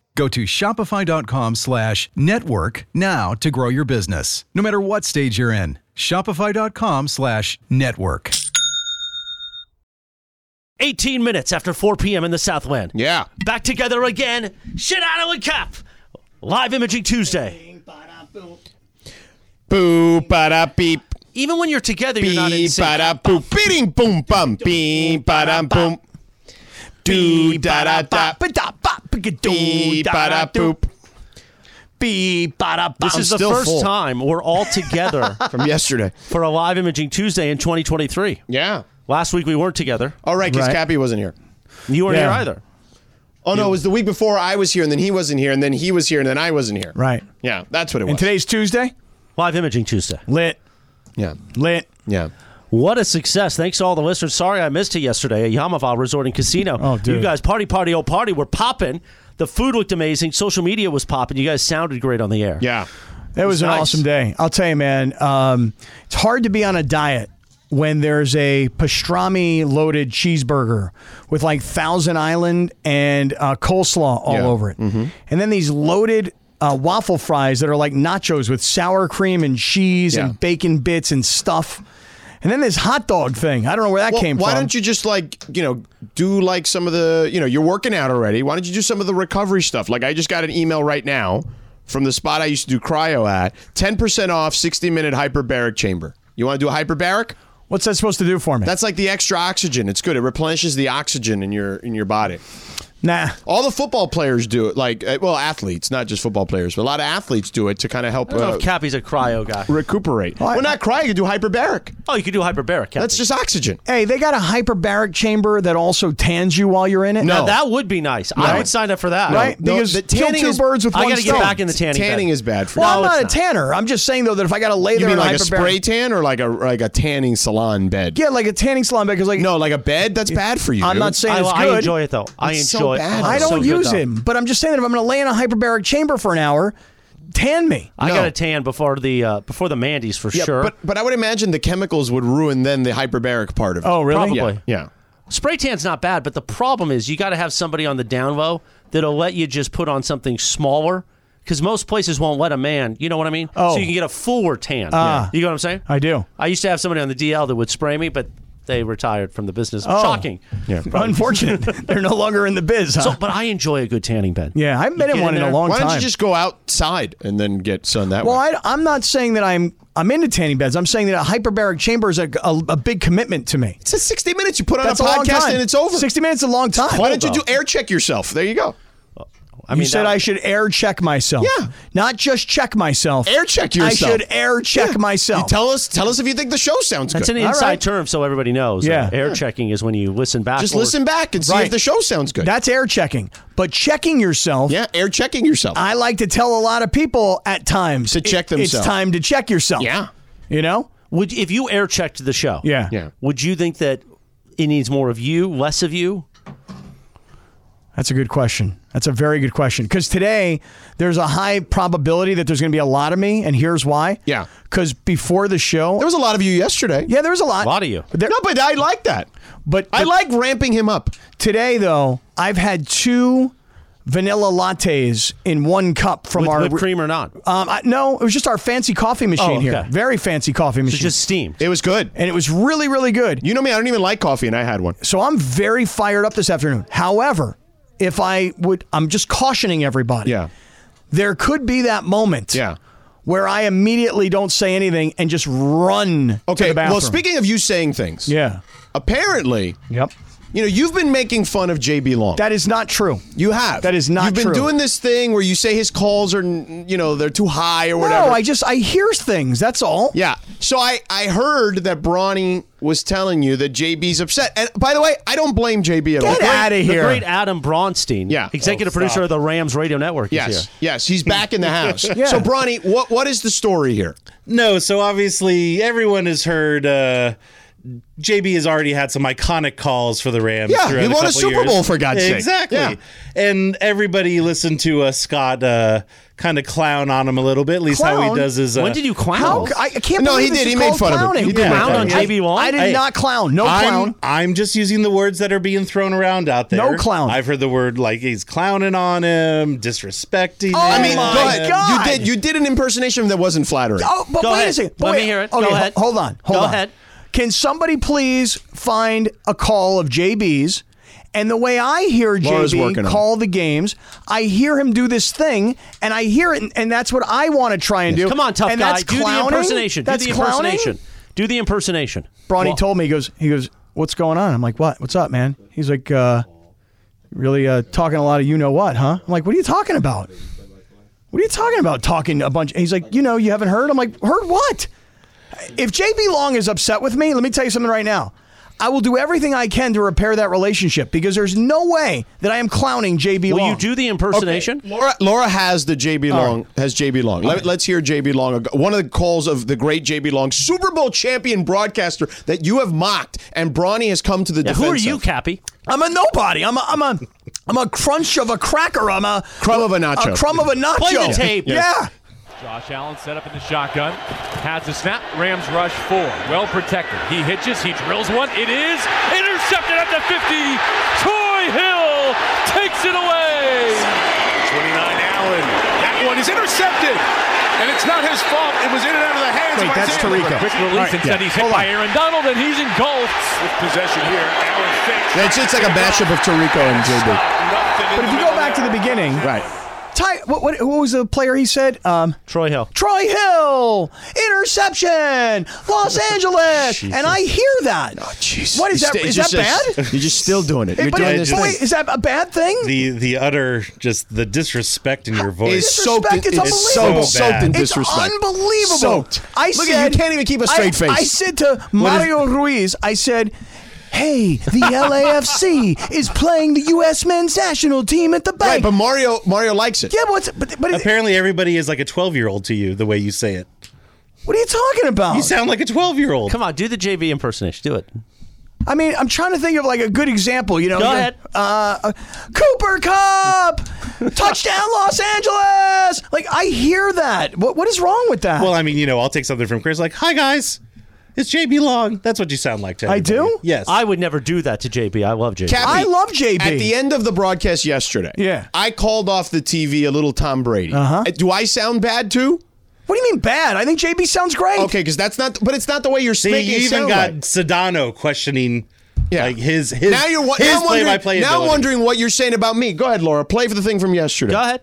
Speaker 8: Go to Shopify.com slash network now to grow your business. No matter what stage you're in. Shopify.com slash network.
Speaker 7: 18 Uh, minutes after 4 p.m. in the Southland.
Speaker 3: Yeah.
Speaker 7: Back together again. Shinato and Cap. Live Imaging Tuesday.
Speaker 3: Boo, ba beep,
Speaker 7: Even when you're together, you're not in
Speaker 3: beep,
Speaker 7: sync.
Speaker 3: ba boop, beating, boom, bum, beep, ba da, boom. Do, da, da, da, beep, ba da, boop. Beep, ba da,
Speaker 7: This is the first time we're all together
Speaker 3: From yesterday.
Speaker 7: for a Live Imaging Tuesday in 2023.
Speaker 3: Yeah.
Speaker 7: Last week we weren't together.
Speaker 3: All right, because
Speaker 6: Right.
Speaker 3: Cappy wasn't here.
Speaker 7: You weren't
Speaker 6: Yeah.
Speaker 7: here either.
Speaker 3: Oh no, it was the week before I was here, and then he wasn't here, and then he was here, and then I wasn't here.
Speaker 4: Right.
Speaker 3: Yeah, that's what it was.
Speaker 9: And today's Tuesday.
Speaker 7: Live Imaging Tuesday.
Speaker 4: Lit.
Speaker 3: yeah,
Speaker 4: Lit.
Speaker 3: yeah.
Speaker 7: What a success. Thanks to all the listeners. Sorry I missed it yesterday at Yamava Resort and Casino.
Speaker 4: Oh, dude.
Speaker 7: You guys, party, party, oh, party. We're popping. The food looked amazing. Social media was popping. You guys sounded great on the air.
Speaker 3: Yeah.
Speaker 4: It was an
Speaker 7: nice.
Speaker 4: awesome day. I'll tell you, man. Um, it's hard to be on a diet when there's a pastrami loaded cheeseburger with like Thousand Island and uh, coleslaw all
Speaker 3: Yeah.
Speaker 4: over it,
Speaker 1: Mm-hmm.
Speaker 4: and then these loaded. Uh, waffle fries that are like nachos with sour cream and cheese
Speaker 3: Yeah.
Speaker 4: and bacon bits and stuff, and then this hot dog thing. I don't know where that
Speaker 3: Well,
Speaker 4: came
Speaker 3: why
Speaker 4: from.
Speaker 3: don't you just like you know do like some of the you know you're working out already? Why don't you do some of the recovery stuff? Like I just got an email right now from the spot I used to do cryo at, ten percent off, sixty minute hyperbaric chamber. You want to do a hyperbaric?
Speaker 4: What's that supposed to do for me?
Speaker 3: That's like the extra oxygen. It's good. It replenishes the oxygen in your in your body.
Speaker 4: nah.
Speaker 3: All the football players do it. Like uh, well, athletes, not just football players, but a lot of athletes do it to kind of help
Speaker 7: I don't know
Speaker 3: uh,
Speaker 7: if Cappy's a cryo guy.
Speaker 3: recuperate. Well, not cryo. You do hyperbaric.
Speaker 7: Oh, you could do hyperbaric, Cappy.
Speaker 3: That's just oxygen.
Speaker 4: Hey, they got a hyperbaric chamber that also tans you while you're in it.
Speaker 3: No.
Speaker 7: Now, that would be nice. I would sign up for that.
Speaker 4: Right?
Speaker 3: No,
Speaker 4: because
Speaker 3: the
Speaker 4: kill
Speaker 3: tanning
Speaker 4: two
Speaker 3: is-
Speaker 4: birds with
Speaker 7: I
Speaker 4: one
Speaker 7: gotta get
Speaker 4: stone.
Speaker 7: back in the tanning.
Speaker 3: Tanning
Speaker 7: bed.
Speaker 3: is bad for
Speaker 4: Well,
Speaker 3: you.
Speaker 4: I'm
Speaker 7: it's
Speaker 4: not a
Speaker 7: not.
Speaker 4: tanner. I'm just saying though that if I got to lay
Speaker 3: You
Speaker 4: there
Speaker 3: mean
Speaker 4: in
Speaker 3: like a
Speaker 4: hyperbaric-
Speaker 3: spray tan or like a like a tanning salon bed?
Speaker 4: yeah, like a tanning salon because like
Speaker 3: No, like a bed. That's bad for you.
Speaker 4: I'm
Speaker 3: dude.
Speaker 4: not saying
Speaker 7: I,
Speaker 4: it's
Speaker 7: I
Speaker 4: good.
Speaker 7: enjoy it though. I
Speaker 3: It's so
Speaker 7: enjoy it.
Speaker 3: bad.
Speaker 7: Oh,
Speaker 4: I
Speaker 7: it's
Speaker 4: don't
Speaker 7: so good,
Speaker 4: use
Speaker 7: though.
Speaker 4: him, but I'm just saying that if I'm going to lay in a hyperbaric chamber for an hour, tan me.
Speaker 7: I
Speaker 3: No.
Speaker 7: got a tan before the uh, before the Mandy's for
Speaker 3: Yeah,
Speaker 7: sure.
Speaker 3: But but I would imagine the chemicals would ruin then the hyperbaric part of it.
Speaker 4: Oh, really?
Speaker 7: Probably.
Speaker 3: Yeah. yeah.
Speaker 7: Spray tan's not bad, but the problem is you got to have somebody on the down low that'll let you just put on something smaller because most places won't let a man. You know what I mean?
Speaker 4: Oh.
Speaker 7: So you can get a fuller tan.
Speaker 4: Ah.
Speaker 7: You know what I'm saying?
Speaker 4: I do.
Speaker 7: I used to have somebody on the DL that would spray me, but they retired from the business.
Speaker 4: Oh.
Speaker 7: Shocking. Yeah.
Speaker 4: Unfortunate, they're no longer in the biz. Huh?
Speaker 7: So, Oh, but I enjoy a good tanning bed.
Speaker 4: yeah, I haven't been
Speaker 7: You
Speaker 4: in
Speaker 7: get
Speaker 4: one in,
Speaker 7: in
Speaker 4: a
Speaker 7: there?
Speaker 4: long
Speaker 3: Why
Speaker 4: time.
Speaker 3: don't you just go outside and then get sun that
Speaker 4: well,
Speaker 3: way?
Speaker 4: I, I'm not saying that I'm I'm into tanning beds. I'm saying that a hyperbaric chamber is a, a, a big commitment to me.
Speaker 3: It's a 60 minutes. You put on
Speaker 4: That's
Speaker 3: a
Speaker 4: a long
Speaker 3: podcast
Speaker 4: time.
Speaker 3: and it's over.
Speaker 4: Sixty minutes is a long time.
Speaker 3: Why don't you do air check yourself? There you go.
Speaker 7: I
Speaker 4: you said
Speaker 7: that-
Speaker 4: I should air check myself.
Speaker 3: Yeah.
Speaker 4: Not just check myself.
Speaker 3: Air check
Speaker 4: I
Speaker 3: yourself.
Speaker 4: should air check
Speaker 3: Yeah.
Speaker 4: myself.
Speaker 3: You tell us tell us if you think the show sounds
Speaker 7: That's
Speaker 3: good.
Speaker 7: an inside
Speaker 4: right.
Speaker 7: term, so everybody knows.
Speaker 4: Yeah.
Speaker 7: Air checking is when you listen back.
Speaker 3: Just
Speaker 7: or-
Speaker 3: listen back and see
Speaker 4: Right.
Speaker 3: if the show sounds good.
Speaker 4: That's air checking. But checking yourself,
Speaker 3: yeah, air checking yourself.
Speaker 4: I like to tell a lot of people at times
Speaker 3: To check
Speaker 4: it- It's
Speaker 3: themselves.
Speaker 4: time to check yourself.
Speaker 3: Yeah.
Speaker 4: You know?
Speaker 7: Would if you air checked the show?
Speaker 4: Yeah.
Speaker 3: yeah.
Speaker 7: Would you think that it needs more of you, less of you?
Speaker 4: That's a good question. That's a very good question. Because today, there's a high probability that there's going to be a lot of me, and here's why.
Speaker 3: Yeah.
Speaker 4: Because before the show,
Speaker 3: There was a lot of you yesterday.
Speaker 4: yeah, there was a lot.
Speaker 7: A lot of you.
Speaker 4: There-
Speaker 3: No, but I like that.
Speaker 4: but,
Speaker 3: I
Speaker 4: but
Speaker 3: like ramping him up.
Speaker 4: Today, though, I've had two vanilla lattes in one cup from
Speaker 7: With
Speaker 4: our
Speaker 7: whipped cream or not? Oh,
Speaker 4: Um, I, no, it was just our fancy coffee machine
Speaker 7: okay.
Speaker 4: here. Very fancy coffee machine.
Speaker 7: It's just steamed.
Speaker 3: It was good.
Speaker 4: and it was really, really good.
Speaker 3: You know me, I don't even like coffee, and I had one.
Speaker 4: So I'm very fired up this afternoon. However, if I would, I'm just cautioning everybody.
Speaker 3: Yeah.
Speaker 4: There could be that moment.
Speaker 3: Yeah.
Speaker 4: Where I immediately don't say anything and just run to
Speaker 3: Okay.
Speaker 4: the bathroom.
Speaker 3: Well, speaking of you saying things,
Speaker 4: Yeah.
Speaker 3: apparently,
Speaker 4: Yep.
Speaker 3: you know, you've been making fun of JB Long.
Speaker 4: That is not true.
Speaker 3: you have.
Speaker 4: that is not
Speaker 3: You've been
Speaker 4: true.
Speaker 3: doing this thing where you say his calls are, n- you know, they're too high or whatever.
Speaker 4: No, I just I hear things. That's all.
Speaker 3: Yeah. So I I heard that Bronny was telling you that JB's upset. And by the way, I don't blame JB at all.
Speaker 4: Get out of
Speaker 7: The
Speaker 4: here.
Speaker 7: great Adam Bronstein,
Speaker 3: Yeah.
Speaker 7: executive producer of the Rams radio network, is
Speaker 3: Yes.
Speaker 7: here.
Speaker 3: Yes, he's back in the house. So Bronny, what what is the story here?
Speaker 10: No, so obviously everyone has heard uh, JB has already had some iconic calls for the Rams.
Speaker 3: Yeah,
Speaker 10: throughout
Speaker 3: he won a
Speaker 10: couple
Speaker 3: Super
Speaker 10: years.
Speaker 3: Bowl, for God's sake.
Speaker 10: exactly.
Speaker 3: Yeah.
Speaker 10: And everybody listened to uh, Scott uh, kind of clown on him a little bit. At least how
Speaker 4: Clown?
Speaker 10: he does his. Uh,
Speaker 7: when did you clown?
Speaker 4: How, I, I can't
Speaker 3: No, he
Speaker 4: believe this
Speaker 3: did.
Speaker 4: is
Speaker 3: He made
Speaker 4: called
Speaker 3: fun of him.
Speaker 4: clowning.
Speaker 3: He did
Speaker 7: Clown make fun on of him. JB Long?
Speaker 4: I, did
Speaker 7: Hey,
Speaker 4: not clown. No
Speaker 10: I'm,
Speaker 4: clown.
Speaker 10: I'm just using the words that are being thrown around out there.
Speaker 4: No clown.
Speaker 10: I've heard the word like he's clowning on him, disrespecting.
Speaker 4: Oh,
Speaker 3: I
Speaker 10: him.
Speaker 3: mean,
Speaker 4: my
Speaker 3: go ahead.
Speaker 4: God.
Speaker 3: You did you did an impersonation that wasn't flattering.
Speaker 4: Oh, but
Speaker 7: Go
Speaker 4: wait a
Speaker 7: ahead.
Speaker 4: second. But
Speaker 7: Let me
Speaker 4: wait.
Speaker 7: hear it.
Speaker 4: Okay,
Speaker 7: Go
Speaker 4: ho-
Speaker 7: ahead.
Speaker 4: hold on. Hold
Speaker 7: Go
Speaker 4: on.
Speaker 7: ahead.
Speaker 4: Can somebody please find a call of JB's? And the way I hear
Speaker 3: Laura's working
Speaker 4: JB
Speaker 3: on it.
Speaker 4: call the games, I hear him do this thing, and I hear it, and, and that's what I want to try and do.
Speaker 7: Come on, tough
Speaker 4: and
Speaker 7: guy.
Speaker 4: That's
Speaker 7: Do the
Speaker 4: clowning?
Speaker 7: impersonation.
Speaker 4: That's
Speaker 7: Do the
Speaker 4: clowning?
Speaker 7: impersonation. Do the impersonation.
Speaker 4: Bronny told me he goes he goes what's going on? I'm like what? What's up, man? He's like uh, really uh, talking a lot of you know what, huh? I'm like what are you talking about? What are you talking about? Talking a bunch. And he's like you know you haven't heard. I'm like heard what? If JB Long is upset with me, let me tell you something right now. I will do everything I can to repair that relationship because there's no way that I am clowning JB.
Speaker 7: Will you
Speaker 4: Long.
Speaker 7: do the impersonation?
Speaker 3: Laura, Laura has the JB Long has JB Long. Let, us hear JB Long. One of the calls of the great JB Long, Super Bowl champion broadcaster that you have mocked, and Bronny has come to the
Speaker 7: Yeah,
Speaker 3: defense.
Speaker 7: who are you,
Speaker 3: of.
Speaker 7: Cappy?
Speaker 4: I'm a nobody. I'm a I'm a I'm a crunch of a cracker. I'm a
Speaker 3: Crumb of a nacho.
Speaker 4: A crumb of a nacho.
Speaker 7: Play the tape.
Speaker 4: Yeah.
Speaker 11: Josh Allen set up in the shotgun. Has a snap. Rams rush four. Well protected. He hitches. He drills one. It is intercepted at the 50. Troy Hill takes it away.
Speaker 12: 29 Allen. That one is intercepted. And it's not his fault. It was in and out of the hands
Speaker 3: Wait,
Speaker 12: of
Speaker 3: that's
Speaker 12: Isaiah
Speaker 3: Tarico.
Speaker 12: Quick
Speaker 11: Quick release and said he's hit by Aaron Donald and he's engulfed.
Speaker 12: possession here. Allen fakes.
Speaker 3: It's just like a mashup of Tarico and JB.
Speaker 12: Nothing in
Speaker 4: But if you
Speaker 12: the middle
Speaker 4: go back to the beginning,
Speaker 3: Right.
Speaker 4: Ty, what, what, what was the player he said? Um,
Speaker 7: Troy Hill.
Speaker 4: Troy Hill, interception, Los Angeles, and I hear that.
Speaker 3: Oh,
Speaker 4: what is
Speaker 3: You
Speaker 4: that?
Speaker 3: st-
Speaker 4: Is
Speaker 3: you're
Speaker 4: that
Speaker 3: just-
Speaker 4: bad?
Speaker 3: You're just still doing it.
Speaker 4: Hey,
Speaker 3: You're
Speaker 4: but
Speaker 3: doing
Speaker 4: but
Speaker 3: this
Speaker 10: just-
Speaker 4: wait,
Speaker 3: thing.
Speaker 4: is that a bad thing?
Speaker 10: The the utter just the disrespect in your voice.
Speaker 3: It's soaked. in-
Speaker 4: disrespect, it's
Speaker 3: It's
Speaker 4: unbelievable.
Speaker 3: soaked, soaked in
Speaker 10: It's
Speaker 4: It's
Speaker 3: disrespect.
Speaker 4: unbelievable.
Speaker 3: Soaked.
Speaker 4: I
Speaker 3: Look
Speaker 4: said,
Speaker 3: at you, you can't even keep a straight
Speaker 4: I,
Speaker 3: face.
Speaker 4: I said to Mario Ruiz, I said, "Hey, the LAFC is playing the U.S. men's national team at the
Speaker 3: right,
Speaker 4: bank."
Speaker 3: but Mario Mario likes it.
Speaker 4: yeah, what's but but it,
Speaker 10: Apparently, everybody is like a twelve-year-old to you the way you say it.
Speaker 4: what are you talking about?
Speaker 10: You sound like a twelve-year-old.
Speaker 7: Come on, do the JV impersonation. Do it.
Speaker 4: I mean, I'm trying to think of like a good example. You know,
Speaker 7: Go ahead.
Speaker 4: Uh, uh, Cooper Cup, touchdown, Los Angeles. Like I hear that. What what is wrong with that?
Speaker 10: Well, I mean, you know, I'll take something from Chris. Like, hi guys, it's JB Long. That's what you sound like to.
Speaker 4: I
Speaker 10: everybody.
Speaker 4: do?
Speaker 10: Yes.
Speaker 7: I would never do that to JB. I love JB.
Speaker 3: Cappy,
Speaker 4: I love JB.
Speaker 3: At the end of the broadcast yesterday,
Speaker 4: Yeah.
Speaker 3: I called off the TV a little Tom Brady. Uh-huh. Do I sound bad too?
Speaker 4: what do you mean bad? I think JB sounds great.
Speaker 3: Okay, because that's not. But it's not the way you're
Speaker 10: See,
Speaker 3: making
Speaker 10: you
Speaker 3: it
Speaker 10: even
Speaker 3: sound
Speaker 10: got
Speaker 3: like.
Speaker 10: Sedano questioning.
Speaker 3: Yeah.
Speaker 10: Like his his
Speaker 3: now you're wa-
Speaker 10: his
Speaker 3: now I'm wondering,
Speaker 10: play-by-play
Speaker 3: now I'm
Speaker 10: ability.
Speaker 3: wondering what you're saying about me. Go ahead, Laura. Play for the thing from yesterday.
Speaker 7: Go ahead.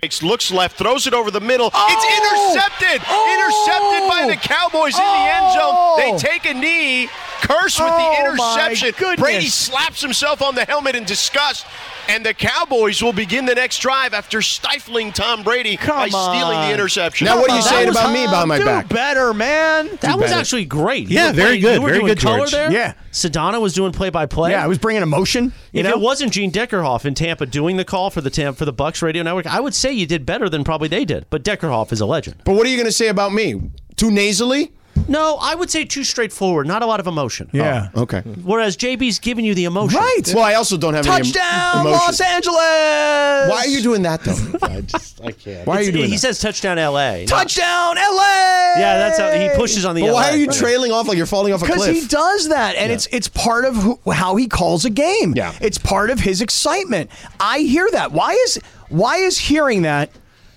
Speaker 12: Fakes, looks left, throws it over the middle. It's
Speaker 3: Oh!
Speaker 12: intercepted. Intercepted by the Cowboys
Speaker 4: Oh!
Speaker 12: in the end zone. They take a knee. Curse with
Speaker 4: Oh, my
Speaker 12: the interception.
Speaker 4: goodness.
Speaker 12: Brady slaps himself on the helmet in disgust. And the Cowboys will begin the next drive after stifling Tom Brady by
Speaker 4: Come
Speaker 12: stealing
Speaker 4: on.
Speaker 12: the interception.
Speaker 3: Now what are you
Speaker 4: That
Speaker 3: saying
Speaker 4: was
Speaker 3: about me
Speaker 4: hot.
Speaker 3: behind my
Speaker 4: Do
Speaker 3: back?
Speaker 4: Better, man.
Speaker 7: That was actually great. You
Speaker 10: Yeah,
Speaker 7: were
Speaker 10: very
Speaker 7: playing-
Speaker 10: good.
Speaker 7: You were
Speaker 10: Very
Speaker 7: doing
Speaker 10: good,
Speaker 7: color
Speaker 10: George.
Speaker 7: there.
Speaker 4: Yeah.
Speaker 7: Sedano was doing play by play.
Speaker 4: Yeah, I was bringing emotion. You
Speaker 7: If
Speaker 4: know?
Speaker 7: it wasn't Gene Deckerhoff in Tampa doing the call for the Tam- for the Bucks radio network, I would say you did better than probably they did. But Deckerhoff is a legend.
Speaker 3: But what are you going to say about me? Too nasally?
Speaker 7: No, I would say too straightforward, not a lot of emotion. Oh.
Speaker 4: yeah.
Speaker 3: Oh, Okay.
Speaker 7: Whereas JB's giving you the emotion.
Speaker 4: Right.
Speaker 3: Well, I also don't have any em-
Speaker 4: Touchdown,
Speaker 3: emotion.
Speaker 4: Los Angeles. Why
Speaker 3: Why are you doing that though? I just I can't. Why are you doing
Speaker 7: He
Speaker 3: that?
Speaker 7: says touchdown LA.
Speaker 4: Touchdown, LA.
Speaker 7: yeah, that's how he pushes on the
Speaker 3: But
Speaker 7: LA.
Speaker 3: why are you trailing off like you're falling off a
Speaker 4: Because
Speaker 3: cliff?
Speaker 4: he does that, and it's it's part of who, how he calls a game.
Speaker 3: Yeah.
Speaker 4: it's part of his excitement. I hear that. Why is why is hearing that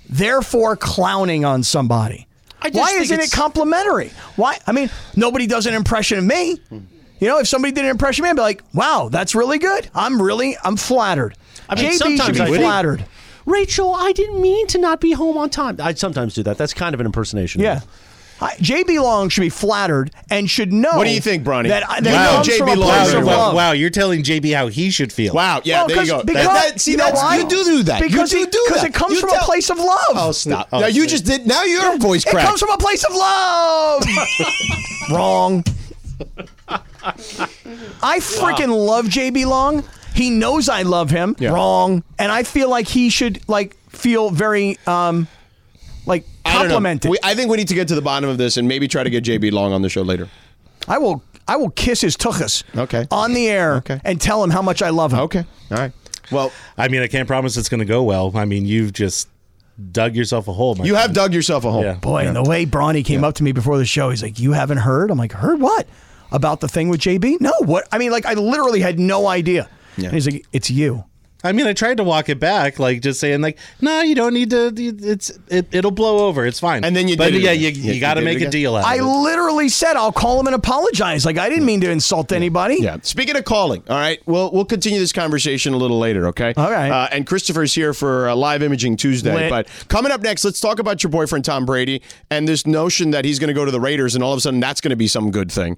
Speaker 4: therefore clowning on somebody?
Speaker 7: I just
Speaker 4: Why
Speaker 7: think
Speaker 4: isn't it
Speaker 7: it's-
Speaker 4: complimentary? Why? I mean, nobody does an impression of me. You know, if somebody did an impression of me, I'd be like, "Wow, that's really good. I'm really, I'm flattered." I
Speaker 7: mean,
Speaker 4: JB should
Speaker 7: sometimes
Speaker 4: be
Speaker 7: I think-
Speaker 4: flattered.
Speaker 7: Rachel, I didn't mean to not be home on time. I sometimes do that. That's kind of an impersonation.
Speaker 4: Yeah. I, JB Long should be flattered and should know.
Speaker 3: What do you think, Bronny?
Speaker 4: That, I- that
Speaker 3: Wow.
Speaker 4: comes
Speaker 3: JB
Speaker 4: from a
Speaker 3: Long
Speaker 4: place
Speaker 3: very
Speaker 4: of
Speaker 3: well.
Speaker 4: love.
Speaker 10: wow, you're telling JB how he should feel.
Speaker 3: Wow, yeah,
Speaker 4: Well,
Speaker 3: there you
Speaker 4: 'cause-
Speaker 3: go.
Speaker 4: because-
Speaker 3: That- that- see,
Speaker 4: you know
Speaker 3: that's,
Speaker 4: why?
Speaker 3: you do do that. You
Speaker 4: Because
Speaker 3: do
Speaker 4: it-
Speaker 3: do
Speaker 4: 'cause
Speaker 3: that.
Speaker 4: it comes
Speaker 3: You
Speaker 4: from a place of love.
Speaker 3: Oh, stop.
Speaker 10: Oh,
Speaker 3: now you
Speaker 10: shit.
Speaker 3: just did. Now your voice
Speaker 4: It
Speaker 3: cracked.
Speaker 4: comes from a place of love. Wrong. I freaking love JB Long. He knows I love him. Wrong. And I feel like he should like feel very um like
Speaker 3: I don't know.
Speaker 4: complimented.
Speaker 3: We- I think we need to get to the bottom of this and maybe try to get JB Long on the show later.
Speaker 4: I will I will kiss his tuchus
Speaker 3: Okay.
Speaker 4: on the air
Speaker 3: Okay.
Speaker 4: and tell him how much I love him.
Speaker 3: Okay. All right. Well,
Speaker 10: I mean, I can't promise it's going to go well. I mean, you've just dug yourself a hole. My
Speaker 3: you have dug yourself a hole.
Speaker 10: Yeah.
Speaker 4: Boy, and the way Bronny came up to me before the show, he's like, "You haven't heard?" I'm like, "Heard what?" About the thing with JB? No, what? I mean, like, I literally had no idea. And he's like, "It's you."
Speaker 10: I mean, I tried to walk it back, like just saying, like, no, you don't need to. It's it, it'll blow over. It's fine.
Speaker 3: And then you
Speaker 10: but
Speaker 3: did it
Speaker 10: yeah,
Speaker 3: again.
Speaker 10: you,
Speaker 3: Yeah,
Speaker 10: you,
Speaker 3: you
Speaker 10: got to
Speaker 3: did it
Speaker 10: make a
Speaker 3: again.
Speaker 10: deal out
Speaker 4: I
Speaker 10: of it.
Speaker 4: literally said, "I'll call him and apologize." Like, I didn't mean to insult anybody.
Speaker 3: Yeah. Speaking of calling, all right, we'll we'll continue this conversation a little later, okay?
Speaker 4: All right.
Speaker 3: Uh, and Christopher's here for uh, live imaging Tuesday.
Speaker 4: Lit.
Speaker 3: But coming up next, let's talk about your boyfriend Tom Brady and this notion that he's going to go to the Raiders, and all of a sudden that's going to be some good thing.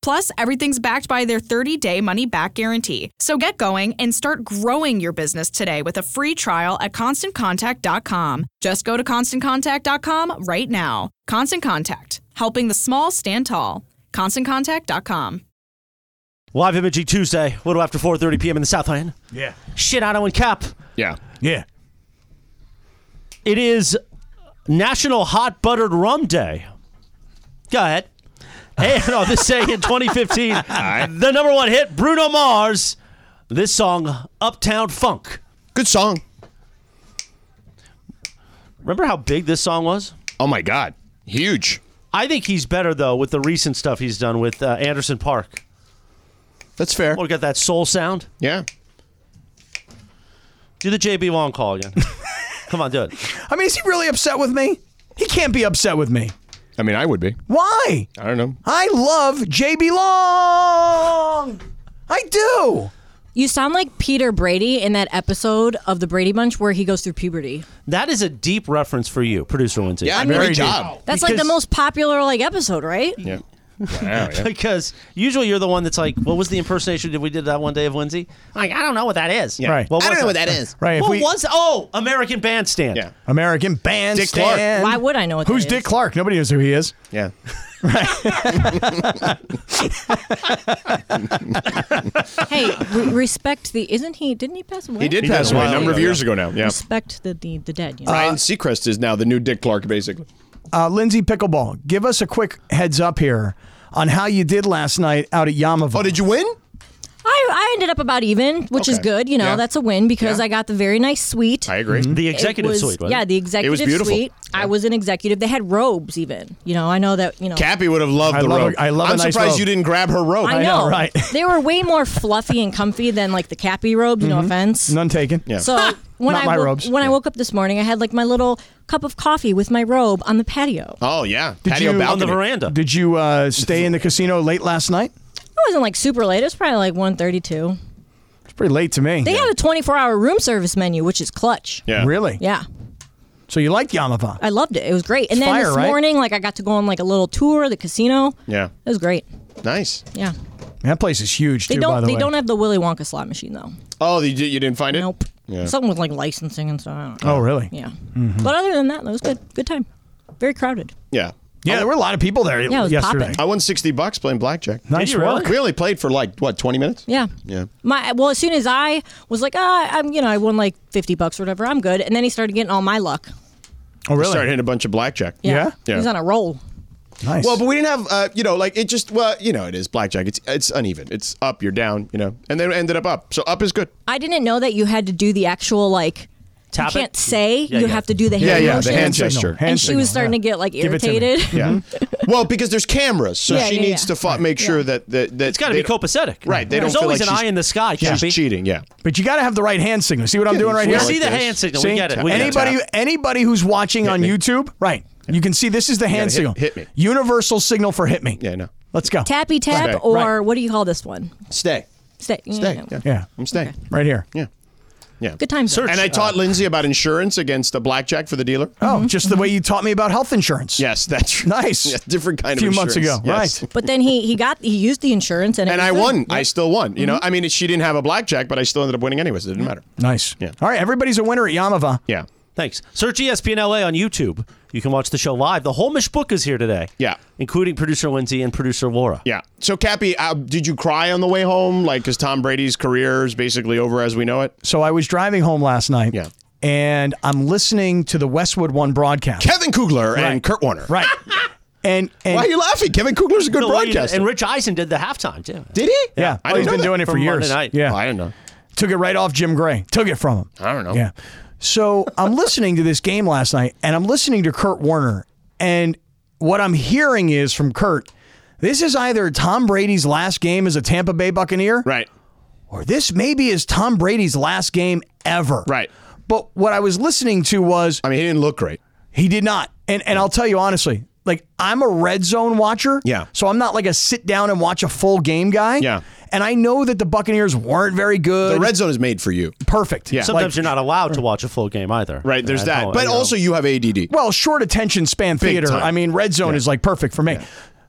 Speaker 13: Plus, everything's backed by their 30 day money back guarantee. So get going and start growing your business today with a free trial at constantcontact.com. Just go to constantcontact.com right now. Constant Contact, helping the small stand tall. ConstantContact.com.
Speaker 7: Live Imaging Tuesday, little after 4.30 p.m. in the Southland.
Speaker 6: Yeah.
Speaker 7: Shit, Otto and Cap.
Speaker 3: Yeah.
Speaker 6: Yeah.
Speaker 7: It is National Hot Buttered Rum Day. Go ahead. And on this day in 2015, the number one hit, Bruno Mars, this song, Uptown Funk.
Speaker 3: Good song.
Speaker 7: Remember how big this song was?
Speaker 3: Oh, my God. Huge.
Speaker 7: I think he's better, though, with the recent stuff he's done with uh, Anderson Park.
Speaker 3: That's fair.
Speaker 7: Well, we got that soul sound.
Speaker 3: Yeah.
Speaker 7: Do the JB Long call again. Come on, do it.
Speaker 4: I mean, is he really upset with me? He can't be upset with me.
Speaker 3: I mean, I would be.
Speaker 4: Why?
Speaker 3: I don't know.
Speaker 4: I love JB Long. I do.
Speaker 14: You sound like Peter Brady in that episode of The Brady Bunch where he goes through puberty.
Speaker 7: That is a deep reference for you, producer Lindsay.
Speaker 3: Yeah, Very great deep. job.
Speaker 14: That's like the most popular like episode, right?
Speaker 3: Yeah.
Speaker 7: because usually you're the one that's like, what was the impersonation that we did that one day of Lindsay? Like, I don't know what that is.
Speaker 4: Yeah. Right.
Speaker 7: What
Speaker 4: I don't
Speaker 7: was
Speaker 4: know what that is. Right, if
Speaker 7: What
Speaker 4: we-
Speaker 7: was? Oh, American Bandstand. Yeah.
Speaker 4: American bandstand.
Speaker 14: Why would I know what
Speaker 4: Who's
Speaker 14: that
Speaker 4: Dick Clark? Nobody knows who he is.
Speaker 3: Yeah.
Speaker 14: hey, re- respect the. Isn't he? Didn't he pass away?
Speaker 3: He did pass away a number of years ago now. Yeah.
Speaker 14: Respect the the, the dead. You know?
Speaker 3: Ryan Seacrest is now the new Dick Clark, basically.
Speaker 4: Uh, Lindsay Pickleball, give us a quick heads up here on how you did last night out at Yamava. Oh,
Speaker 3: did you win?
Speaker 14: I, I ended up about even, which is
Speaker 4: Okay.
Speaker 14: good. You know,
Speaker 4: Yeah.
Speaker 14: that's a win because
Speaker 4: Yeah.
Speaker 14: I got the very nice suite.
Speaker 3: I agree.
Speaker 7: Mm-hmm. The
Speaker 14: It
Speaker 7: executive
Speaker 14: was-
Speaker 7: suite, wasn't
Speaker 14: Yeah,
Speaker 7: it?
Speaker 14: the
Speaker 7: It was
Speaker 14: executive
Speaker 7: beautiful.
Speaker 14: suite. I was an executive. They had robes, even. You know, I know that. You know,
Speaker 3: Cappy would have loved
Speaker 4: I
Speaker 3: the
Speaker 4: love
Speaker 3: robe.
Speaker 4: a- I love a
Speaker 3: I'm
Speaker 4: nice
Speaker 3: surprised
Speaker 4: robe.
Speaker 3: you didn't grab her
Speaker 4: Oh,
Speaker 3: robe.
Speaker 14: I know, they were way more fluffy and comfy than like the cappy robes. No offense.
Speaker 4: Mm-hmm. None taken.
Speaker 14: So when
Speaker 4: Not
Speaker 14: I
Speaker 4: my
Speaker 14: woke,
Speaker 4: robes.
Speaker 14: when I woke up this morning, I had like my little cup of coffee with my robe on the patio.
Speaker 3: Oh yeah,
Speaker 4: Did
Speaker 3: patio
Speaker 4: you,
Speaker 3: balcony
Speaker 4: Did you uh, stay in the casino late last night?
Speaker 14: It wasn't like super late. It was probably like 1.32.
Speaker 4: It's pretty late to me.
Speaker 14: They had a 24-hour room service menu, which is clutch.
Speaker 3: Yeah.
Speaker 4: Really?
Speaker 14: Yeah.
Speaker 4: So you liked Yamava?
Speaker 14: I loved it. It was great. And
Speaker 4: It's
Speaker 14: then
Speaker 4: fire,
Speaker 14: this
Speaker 4: right?
Speaker 14: morning, like I got to go on like a little tour of the casino. It
Speaker 3: Yeah.
Speaker 14: was great.
Speaker 3: Nice.
Speaker 14: Yeah.
Speaker 4: That place is huge
Speaker 14: They
Speaker 4: too. by
Speaker 14: don't
Speaker 4: the
Speaker 14: they
Speaker 4: way.
Speaker 14: don't have the Willy Wonka slot machine though.
Speaker 3: Oh, you, you didn't find it? Nope. Yeah.
Speaker 14: Something with like licensing and stuff. I don't know.
Speaker 4: Oh, really?
Speaker 14: Yeah. But other than that, that was good. Good time. Very crowded.
Speaker 3: Yeah.
Speaker 4: Yeah, there were a lot of people there
Speaker 14: Yeah, it was yesterday. popping.
Speaker 3: I won 60 bucks playing blackjack.
Speaker 4: Nice Did you work. really?
Speaker 3: We only played for like, what, 20 minutes?
Speaker 14: Yeah.
Speaker 3: Yeah.
Speaker 14: My well, as soon as I was like, ah, I'm you know, I won like fifty bucks or whatever, I'm good. And then he started getting all my luck.
Speaker 4: Oh,
Speaker 3: really? Started hitting a bunch of blackjack.
Speaker 14: Yeah.
Speaker 3: Yeah.
Speaker 14: He's on a roll.
Speaker 4: Nice.
Speaker 3: Well, but we didn't have, uh, you know, like it just, well, you know, it is blackjack. It's it's uneven. It's up, you're down, you know, and they ended up up. So up is good.
Speaker 14: I didn't know that you had to do the actual like.
Speaker 3: Tap it?
Speaker 14: you can't say.
Speaker 3: Yeah,
Speaker 14: you
Speaker 3: yeah.
Speaker 14: have to do the hand
Speaker 3: Yeah, yeah, the
Speaker 14: motion.
Speaker 3: hand Hand signal. gesture. Hand
Speaker 14: and she
Speaker 3: signal,
Speaker 14: was starting
Speaker 3: yeah.
Speaker 14: to get like
Speaker 3: Give it to me. Mm-hmm.
Speaker 14: irritated.
Speaker 3: Yeah. well, because there's cameras, so
Speaker 14: Yeah,
Speaker 3: she
Speaker 14: yeah,
Speaker 3: needs to
Speaker 14: yeah.
Speaker 3: fi- make sure that, that, that
Speaker 4: It's gotta
Speaker 3: they
Speaker 4: be
Speaker 3: don't-
Speaker 4: copacetic.
Speaker 3: Right. They
Speaker 4: There's
Speaker 3: don't feel
Speaker 4: always
Speaker 3: like
Speaker 4: an
Speaker 3: she's-
Speaker 4: eye in the sky,
Speaker 3: She's
Speaker 4: Cappy.
Speaker 3: cheating, yeah.
Speaker 4: But you got to have the right hand signal. See what I'm
Speaker 3: Yeah,
Speaker 4: doing right
Speaker 3: we
Speaker 4: here?
Speaker 3: see the hand signal. We
Speaker 4: See?
Speaker 3: get it. We get it.
Speaker 4: anybody,
Speaker 3: Tap.
Speaker 4: anybody who's watching on YouTube, right? You can see this is the
Speaker 3: You
Speaker 4: hand
Speaker 3: gotta
Speaker 4: signal.
Speaker 3: hit- hit me.
Speaker 4: Universal signal for hit me.
Speaker 3: Yeah, no.
Speaker 4: Let's go.
Speaker 14: Tappy tap
Speaker 4: Right.
Speaker 14: or
Speaker 4: Right.
Speaker 14: what do you call this one?
Speaker 3: Oh. Stay.
Speaker 14: Stay.
Speaker 3: Stay. Yeah.
Speaker 4: Yeah.
Speaker 3: I'm staying.
Speaker 4: Right here.
Speaker 3: Yeah. Yeah.
Speaker 14: Good times. though.
Speaker 3: And I taught Lindsay about insurance against the blackjack for the dealer.
Speaker 4: Oh,
Speaker 14: Mm-hmm.
Speaker 4: just the way you taught me about health insurance.
Speaker 3: Yes, that's
Speaker 4: Nice.
Speaker 3: Yeah, different kind
Speaker 4: Few
Speaker 3: of
Speaker 4: months
Speaker 3: insurance.
Speaker 4: ago,
Speaker 3: Yes.
Speaker 14: But then he he got he used the insurance and it Mm-hmm.
Speaker 3: And
Speaker 14: was
Speaker 3: I
Speaker 14: good.
Speaker 3: won. I still won. You know, I mean, she didn't have a blackjack, but I still ended up winning anyways. It
Speaker 14: Mm-hmm.
Speaker 3: didn't matter.
Speaker 4: Nice.
Speaker 3: Yeah.
Speaker 4: All right, everybody's a winner at Yamava.
Speaker 3: Yeah.
Speaker 7: Thanks. Search E ESPN LA on YouTube. You can watch the show live. The whole Mish book is here today.
Speaker 3: Yeah.
Speaker 7: Including producer Lindsay and producer Laura.
Speaker 3: Yeah. So, Cappy, uh, did you cry on the way home? Like, because Tom Brady's career is basically over as we know it.
Speaker 4: So I was driving home last night. Yeah. And I'm listening to the Westwood One broadcast.
Speaker 3: Kevin Kugler and Kurt Warner.
Speaker 4: Right. and, and
Speaker 3: Why are you laughing? Kevin Kugler's a good
Speaker 7: No, well, you-
Speaker 3: broadcaster.
Speaker 7: And Rich Eisen did the halftime, too.
Speaker 3: Did he?
Speaker 4: Yeah.
Speaker 7: I
Speaker 4: Oh, he's
Speaker 7: didn't
Speaker 4: been
Speaker 7: know
Speaker 4: doing
Speaker 7: that.
Speaker 4: it for
Speaker 7: From
Speaker 4: years.
Speaker 7: Monday night.
Speaker 4: Yeah.
Speaker 3: I don't know.
Speaker 4: Took it right off Jim Gray. Took it from him.
Speaker 3: I don't know.
Speaker 4: Yeah. So I'm listening to this game last night and I'm listening to Kurt Warner. And what I'm hearing is from Kurt, this is either Tom Brady's last game as a Tampa Bay Buccaneer.
Speaker 3: Right.
Speaker 4: Or this maybe is Tom Brady's last game ever.
Speaker 3: Right.
Speaker 4: But what I was listening to was
Speaker 3: I mean, he didn't look great.
Speaker 4: He did not. And and I'll tell you honestly, like I'm a red zone watcher.
Speaker 3: Yeah.
Speaker 4: So I'm not like a sit down and watch a full game guy. Yeah. And I know that the Buccaneers weren't very good.
Speaker 3: The red zone is made for you.
Speaker 4: Perfect.
Speaker 3: Yeah.
Speaker 7: Sometimes
Speaker 4: Like-
Speaker 7: you're not allowed to watch a full game either.
Speaker 3: Right. There's
Speaker 7: At
Speaker 3: that.
Speaker 7: home,
Speaker 3: But
Speaker 7: you know.
Speaker 3: also, you have ADD.
Speaker 4: Well, short attention span
Speaker 3: Big
Speaker 4: theater.
Speaker 3: time.
Speaker 4: I mean, red zone
Speaker 3: Yeah.
Speaker 4: is like perfect for me.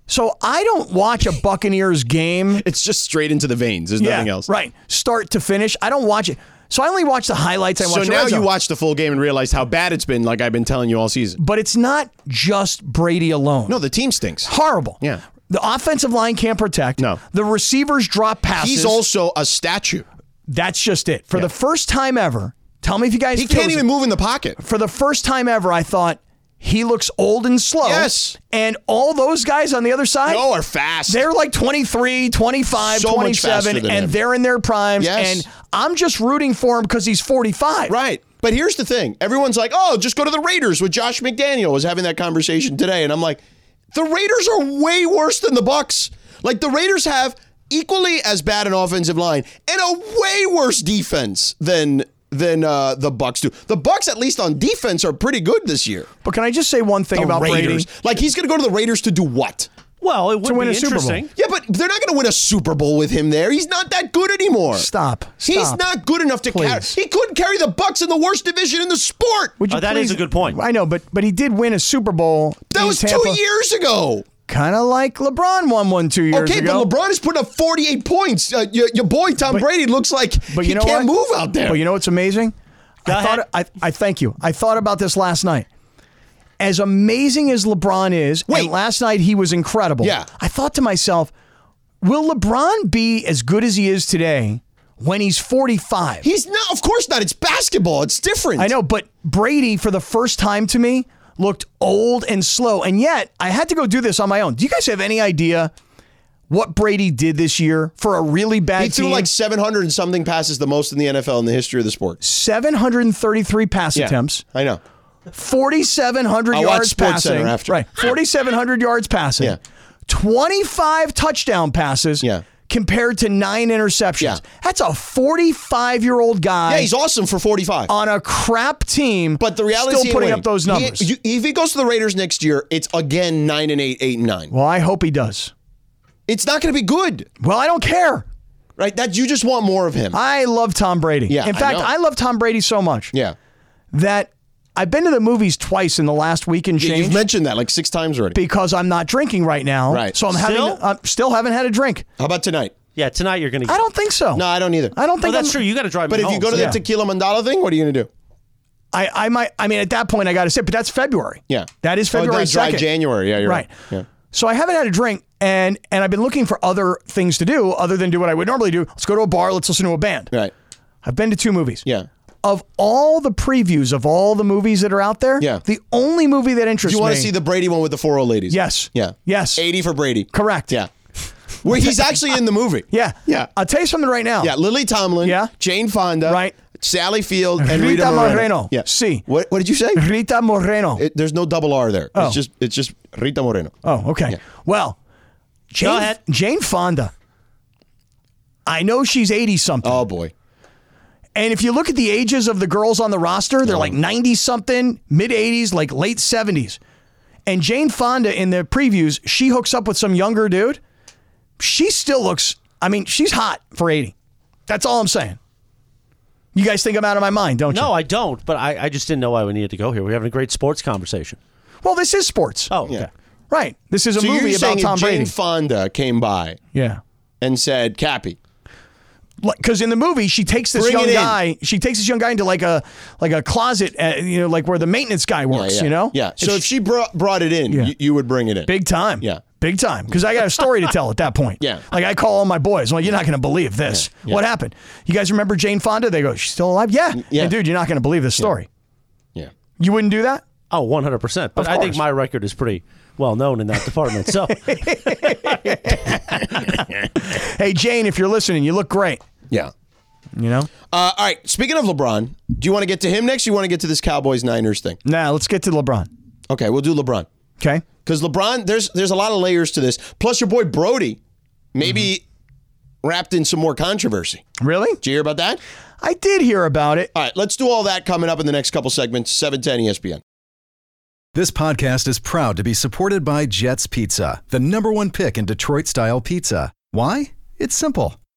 Speaker 4: So I don't watch a Buccaneers game.
Speaker 3: It's just straight into the veins. There's nothing else.
Speaker 4: Right. Start to finish. I don't watch it. So I only watch the highlights. I
Speaker 3: So
Speaker 4: watch the
Speaker 3: now
Speaker 4: red
Speaker 3: you
Speaker 4: zone.
Speaker 3: watch the full game and realize how bad it's been, like I've been telling you all season.
Speaker 4: But it's not just Brady alone.
Speaker 3: No, the team stinks.
Speaker 4: Horrible.
Speaker 3: Yeah.
Speaker 4: The offensive line can't protect. No. The receivers drop passes.
Speaker 3: He's also a statue.
Speaker 4: That's just it. For the first time ever, tell me if you guys
Speaker 3: He can't
Speaker 4: feels
Speaker 3: even
Speaker 4: it.
Speaker 3: move in the pocket.
Speaker 4: For the first time ever, I thought he looks old and slow. Yes. And all those guys on the other side
Speaker 3: No, are fast.
Speaker 4: They're like 23, 25,
Speaker 3: So much
Speaker 4: 27
Speaker 3: faster
Speaker 4: and
Speaker 3: than him.
Speaker 4: they're in their primes
Speaker 3: Yes.
Speaker 4: and I'm just rooting for him cuz he's 45.
Speaker 3: Right. But here's the thing. Everyone's like, oh, just go to the Raiders with Josh McDaniel. I was having that conversation today. And I'm like, the Raiders are way worse than the Bucks. Like the Raiders have equally as bad an offensive line and a way worse defense than than uh, the Bucks do. The Bucks, at least on defense, are pretty good this year.
Speaker 4: But can I just say one thing
Speaker 3: The
Speaker 4: about Brady?
Speaker 3: Raiders. Like he's gonna go to the Raiders to do what?
Speaker 7: Well, it would
Speaker 4: To win
Speaker 7: be
Speaker 4: a Super Bowl.
Speaker 7: interesting.
Speaker 3: Yeah, but they're not going to win a Super Bowl with him there. He's not that good anymore.
Speaker 4: Stop.
Speaker 3: He's
Speaker 4: Stop.
Speaker 3: not good enough to carry.
Speaker 4: Please.
Speaker 3: He couldn't carry the Bucks in the worst division in the sport.
Speaker 4: Would you
Speaker 7: Oh, that is
Speaker 4: please-
Speaker 7: a good point.
Speaker 4: I know, but but he did win a Super Bowl.
Speaker 3: That
Speaker 4: in
Speaker 3: was
Speaker 4: Tampa.
Speaker 3: two years ago.
Speaker 4: Kind of like LeBron won one two years
Speaker 3: Okay,
Speaker 4: ago.
Speaker 3: but LeBron is putting up 48 points. Uh, your, your boy Tom Brady looks like
Speaker 4: But
Speaker 3: he
Speaker 4: you know
Speaker 3: can't
Speaker 4: what?
Speaker 3: move out there.
Speaker 4: But you know what's amazing? I thought I, I thank you. I thought about this last night. As amazing as LeBron is, and last night he was incredible.
Speaker 3: Yeah.
Speaker 4: I thought to myself, will LeBron be as good as he is today when he's 45?
Speaker 3: He's not. Of course not. It's basketball. It's different.
Speaker 4: I know, but Brady for the first time to me looked old and slow. And yet, I had to go do this on my own. Do you guys have any idea what Brady did this year for a really bad
Speaker 3: He threw
Speaker 4: team?
Speaker 3: like 700 and something passes, the most in the NFL in the history of the sport.
Speaker 4: 733 pass
Speaker 3: Yeah,
Speaker 4: attempts.
Speaker 3: I know.
Speaker 4: 4,700
Speaker 3: I watched
Speaker 4: yards
Speaker 3: Sports
Speaker 4: passing.
Speaker 3: Center after.
Speaker 4: Right. 4,700 yards passing.
Speaker 3: Yeah.
Speaker 4: 25 touchdown passes. Yeah. Compared to nine interceptions. That's a 45 year old guy.
Speaker 3: Yeah, he's awesome for 45.
Speaker 4: On a crap team. But
Speaker 3: The reality is he
Speaker 4: still
Speaker 3: ain't
Speaker 4: putting up
Speaker 3: winning.
Speaker 4: those
Speaker 3: He-
Speaker 4: numbers.
Speaker 3: you- if he goes to the Raiders next year, it's again nine and eight, eight and nine.
Speaker 4: well, I hope he does.
Speaker 3: It's not going to be good,
Speaker 4: Well, I don't care.
Speaker 3: right? That you just want more of him.
Speaker 4: I love Tom Brady.
Speaker 3: Yeah,
Speaker 4: In
Speaker 3: I
Speaker 4: fact,
Speaker 3: know.
Speaker 4: I, love Tom Brady so much
Speaker 3: yeah.
Speaker 4: that I've been to the movies twice in the last week and
Speaker 3: Yeah,
Speaker 4: change.
Speaker 3: You've mentioned that like six times already.
Speaker 4: because I'm not drinking right now.
Speaker 3: Right.
Speaker 4: So I'm
Speaker 7: Still?
Speaker 4: having I'm still haven't had a drink.
Speaker 3: How about tonight?
Speaker 7: Yeah, tonight you're going to
Speaker 4: I don't think so.
Speaker 3: No, I don't either.
Speaker 4: I don't
Speaker 7: Well,
Speaker 4: think
Speaker 7: Oh, that's
Speaker 4: I'm-
Speaker 7: true. You got to drive
Speaker 3: But
Speaker 7: me
Speaker 3: if you
Speaker 7: home,
Speaker 3: go to
Speaker 7: so-
Speaker 3: the tequila mandala thing, what are you going to do?
Speaker 4: I, I might I mean at that point I got to sit, but that's February.
Speaker 3: Yeah.
Speaker 4: That is
Speaker 3: Oh,
Speaker 4: February
Speaker 3: that's dry
Speaker 4: 2nd.
Speaker 3: January. Yeah, you're right.
Speaker 4: Right. So I haven't had a drink and and I've been looking for other things to do other than do what I would normally do. Let's go to a bar, let's listen to a band.
Speaker 3: Right.
Speaker 4: I've been to two movies.
Speaker 3: Yeah.
Speaker 4: Of all the previews of all the movies that are out there,
Speaker 3: Yeah.
Speaker 4: the only movie that
Speaker 3: Do
Speaker 4: interests
Speaker 3: you want
Speaker 4: me-
Speaker 3: to see the Brady one with the four old ladies?
Speaker 4: Yes.
Speaker 3: Yeah.
Speaker 4: Yes.
Speaker 3: 80 for Brady.
Speaker 4: Correct.
Speaker 3: Yeah. Where he's actually in the movie.
Speaker 4: Yeah.
Speaker 3: Yeah.
Speaker 4: I'll tell you something right now.
Speaker 3: Yeah. Lily Tomlin. Yeah. Jane Fonda. Right. Sally Field and Rita,
Speaker 4: Rita Moreno.
Speaker 3: Yeah.
Speaker 4: See.
Speaker 3: What, what did you say?
Speaker 4: Rita Moreno.
Speaker 3: It- there's no double R there.
Speaker 4: Oh.
Speaker 3: It's just it's just Rita Moreno.
Speaker 4: Oh, okay. Well, Jane,
Speaker 7: ahead.
Speaker 4: Jane Fonda. I know she's 80 something.
Speaker 3: Oh boy.
Speaker 4: And if you look at the ages of the girls on the roster, they're like 90 something, mid 80s, like late 70s. And Jane Fonda in the previews, she hooks up with some younger dude. She still looks, I mean, she's hot for 80. That's all I'm saying. You guys think I'm out of my mind, don't you?
Speaker 7: No, I don't. But I, I just didn't know why we needed to go here. We're having a great sports conversation.
Speaker 4: Well, this is sports.
Speaker 7: Oh, okay.
Speaker 4: Right. This is a
Speaker 3: So you're
Speaker 4: movie
Speaker 3: saying
Speaker 4: about
Speaker 3: if
Speaker 4: Tom
Speaker 3: Jane
Speaker 4: Brady.
Speaker 3: Fonda came by
Speaker 4: yeah.
Speaker 3: and said, "Cappy,
Speaker 4: because in the movie she takes this
Speaker 3: Bring
Speaker 4: young
Speaker 3: it in.
Speaker 4: guy, she takes this young guy into like a like a closet, uh, you know, like where the maintenance guy works,
Speaker 3: yeah,
Speaker 4: you know.
Speaker 3: yeah. So if she brought brought it in, you, you would bring it in,
Speaker 4: big time,
Speaker 3: yeah,
Speaker 4: big time, because I got a story to tell at that point.
Speaker 3: Yeah.
Speaker 4: like I call all my boys. I'm like, you're not going to believe this.
Speaker 3: Yeah. Mm,
Speaker 4: What happened? You guys remember Jane Fonda? They go, she's still alive. Yeah,
Speaker 7: yeah.
Speaker 4: And dude, you're not going to believe this story.
Speaker 3: Yeah.
Speaker 4: You wouldn't do that?
Speaker 7: Oh, 100%. But
Speaker 4: Of
Speaker 7: I think
Speaker 4: course.
Speaker 7: my record is pretty well known in that department. So,
Speaker 4: Hey Jane, if you're listening, you look great.
Speaker 3: yeah."
Speaker 4: You know.
Speaker 3: Uh, all right. Speaking of LeBron, do you want to get to him next? Or you want to get to this Cowboys Niners thing?
Speaker 4: Nah, let's get to LeBron.
Speaker 3: Okay, we'll do LeBron.
Speaker 4: Okay.
Speaker 3: Because LeBron, there's there's a lot of layers to this. Plus, your boy Brody, maybe wrapped in some more controversy.
Speaker 4: Mm-hmm. Really?
Speaker 3: Did you hear about that?
Speaker 4: I did hear about it.
Speaker 3: All right, let's do all that coming up in the next couple segments. Seven ten E ESPN.
Speaker 8: This podcast is proud to be supported by Jets Pizza, the number one pick in Detroit style pizza. Why? It's simple.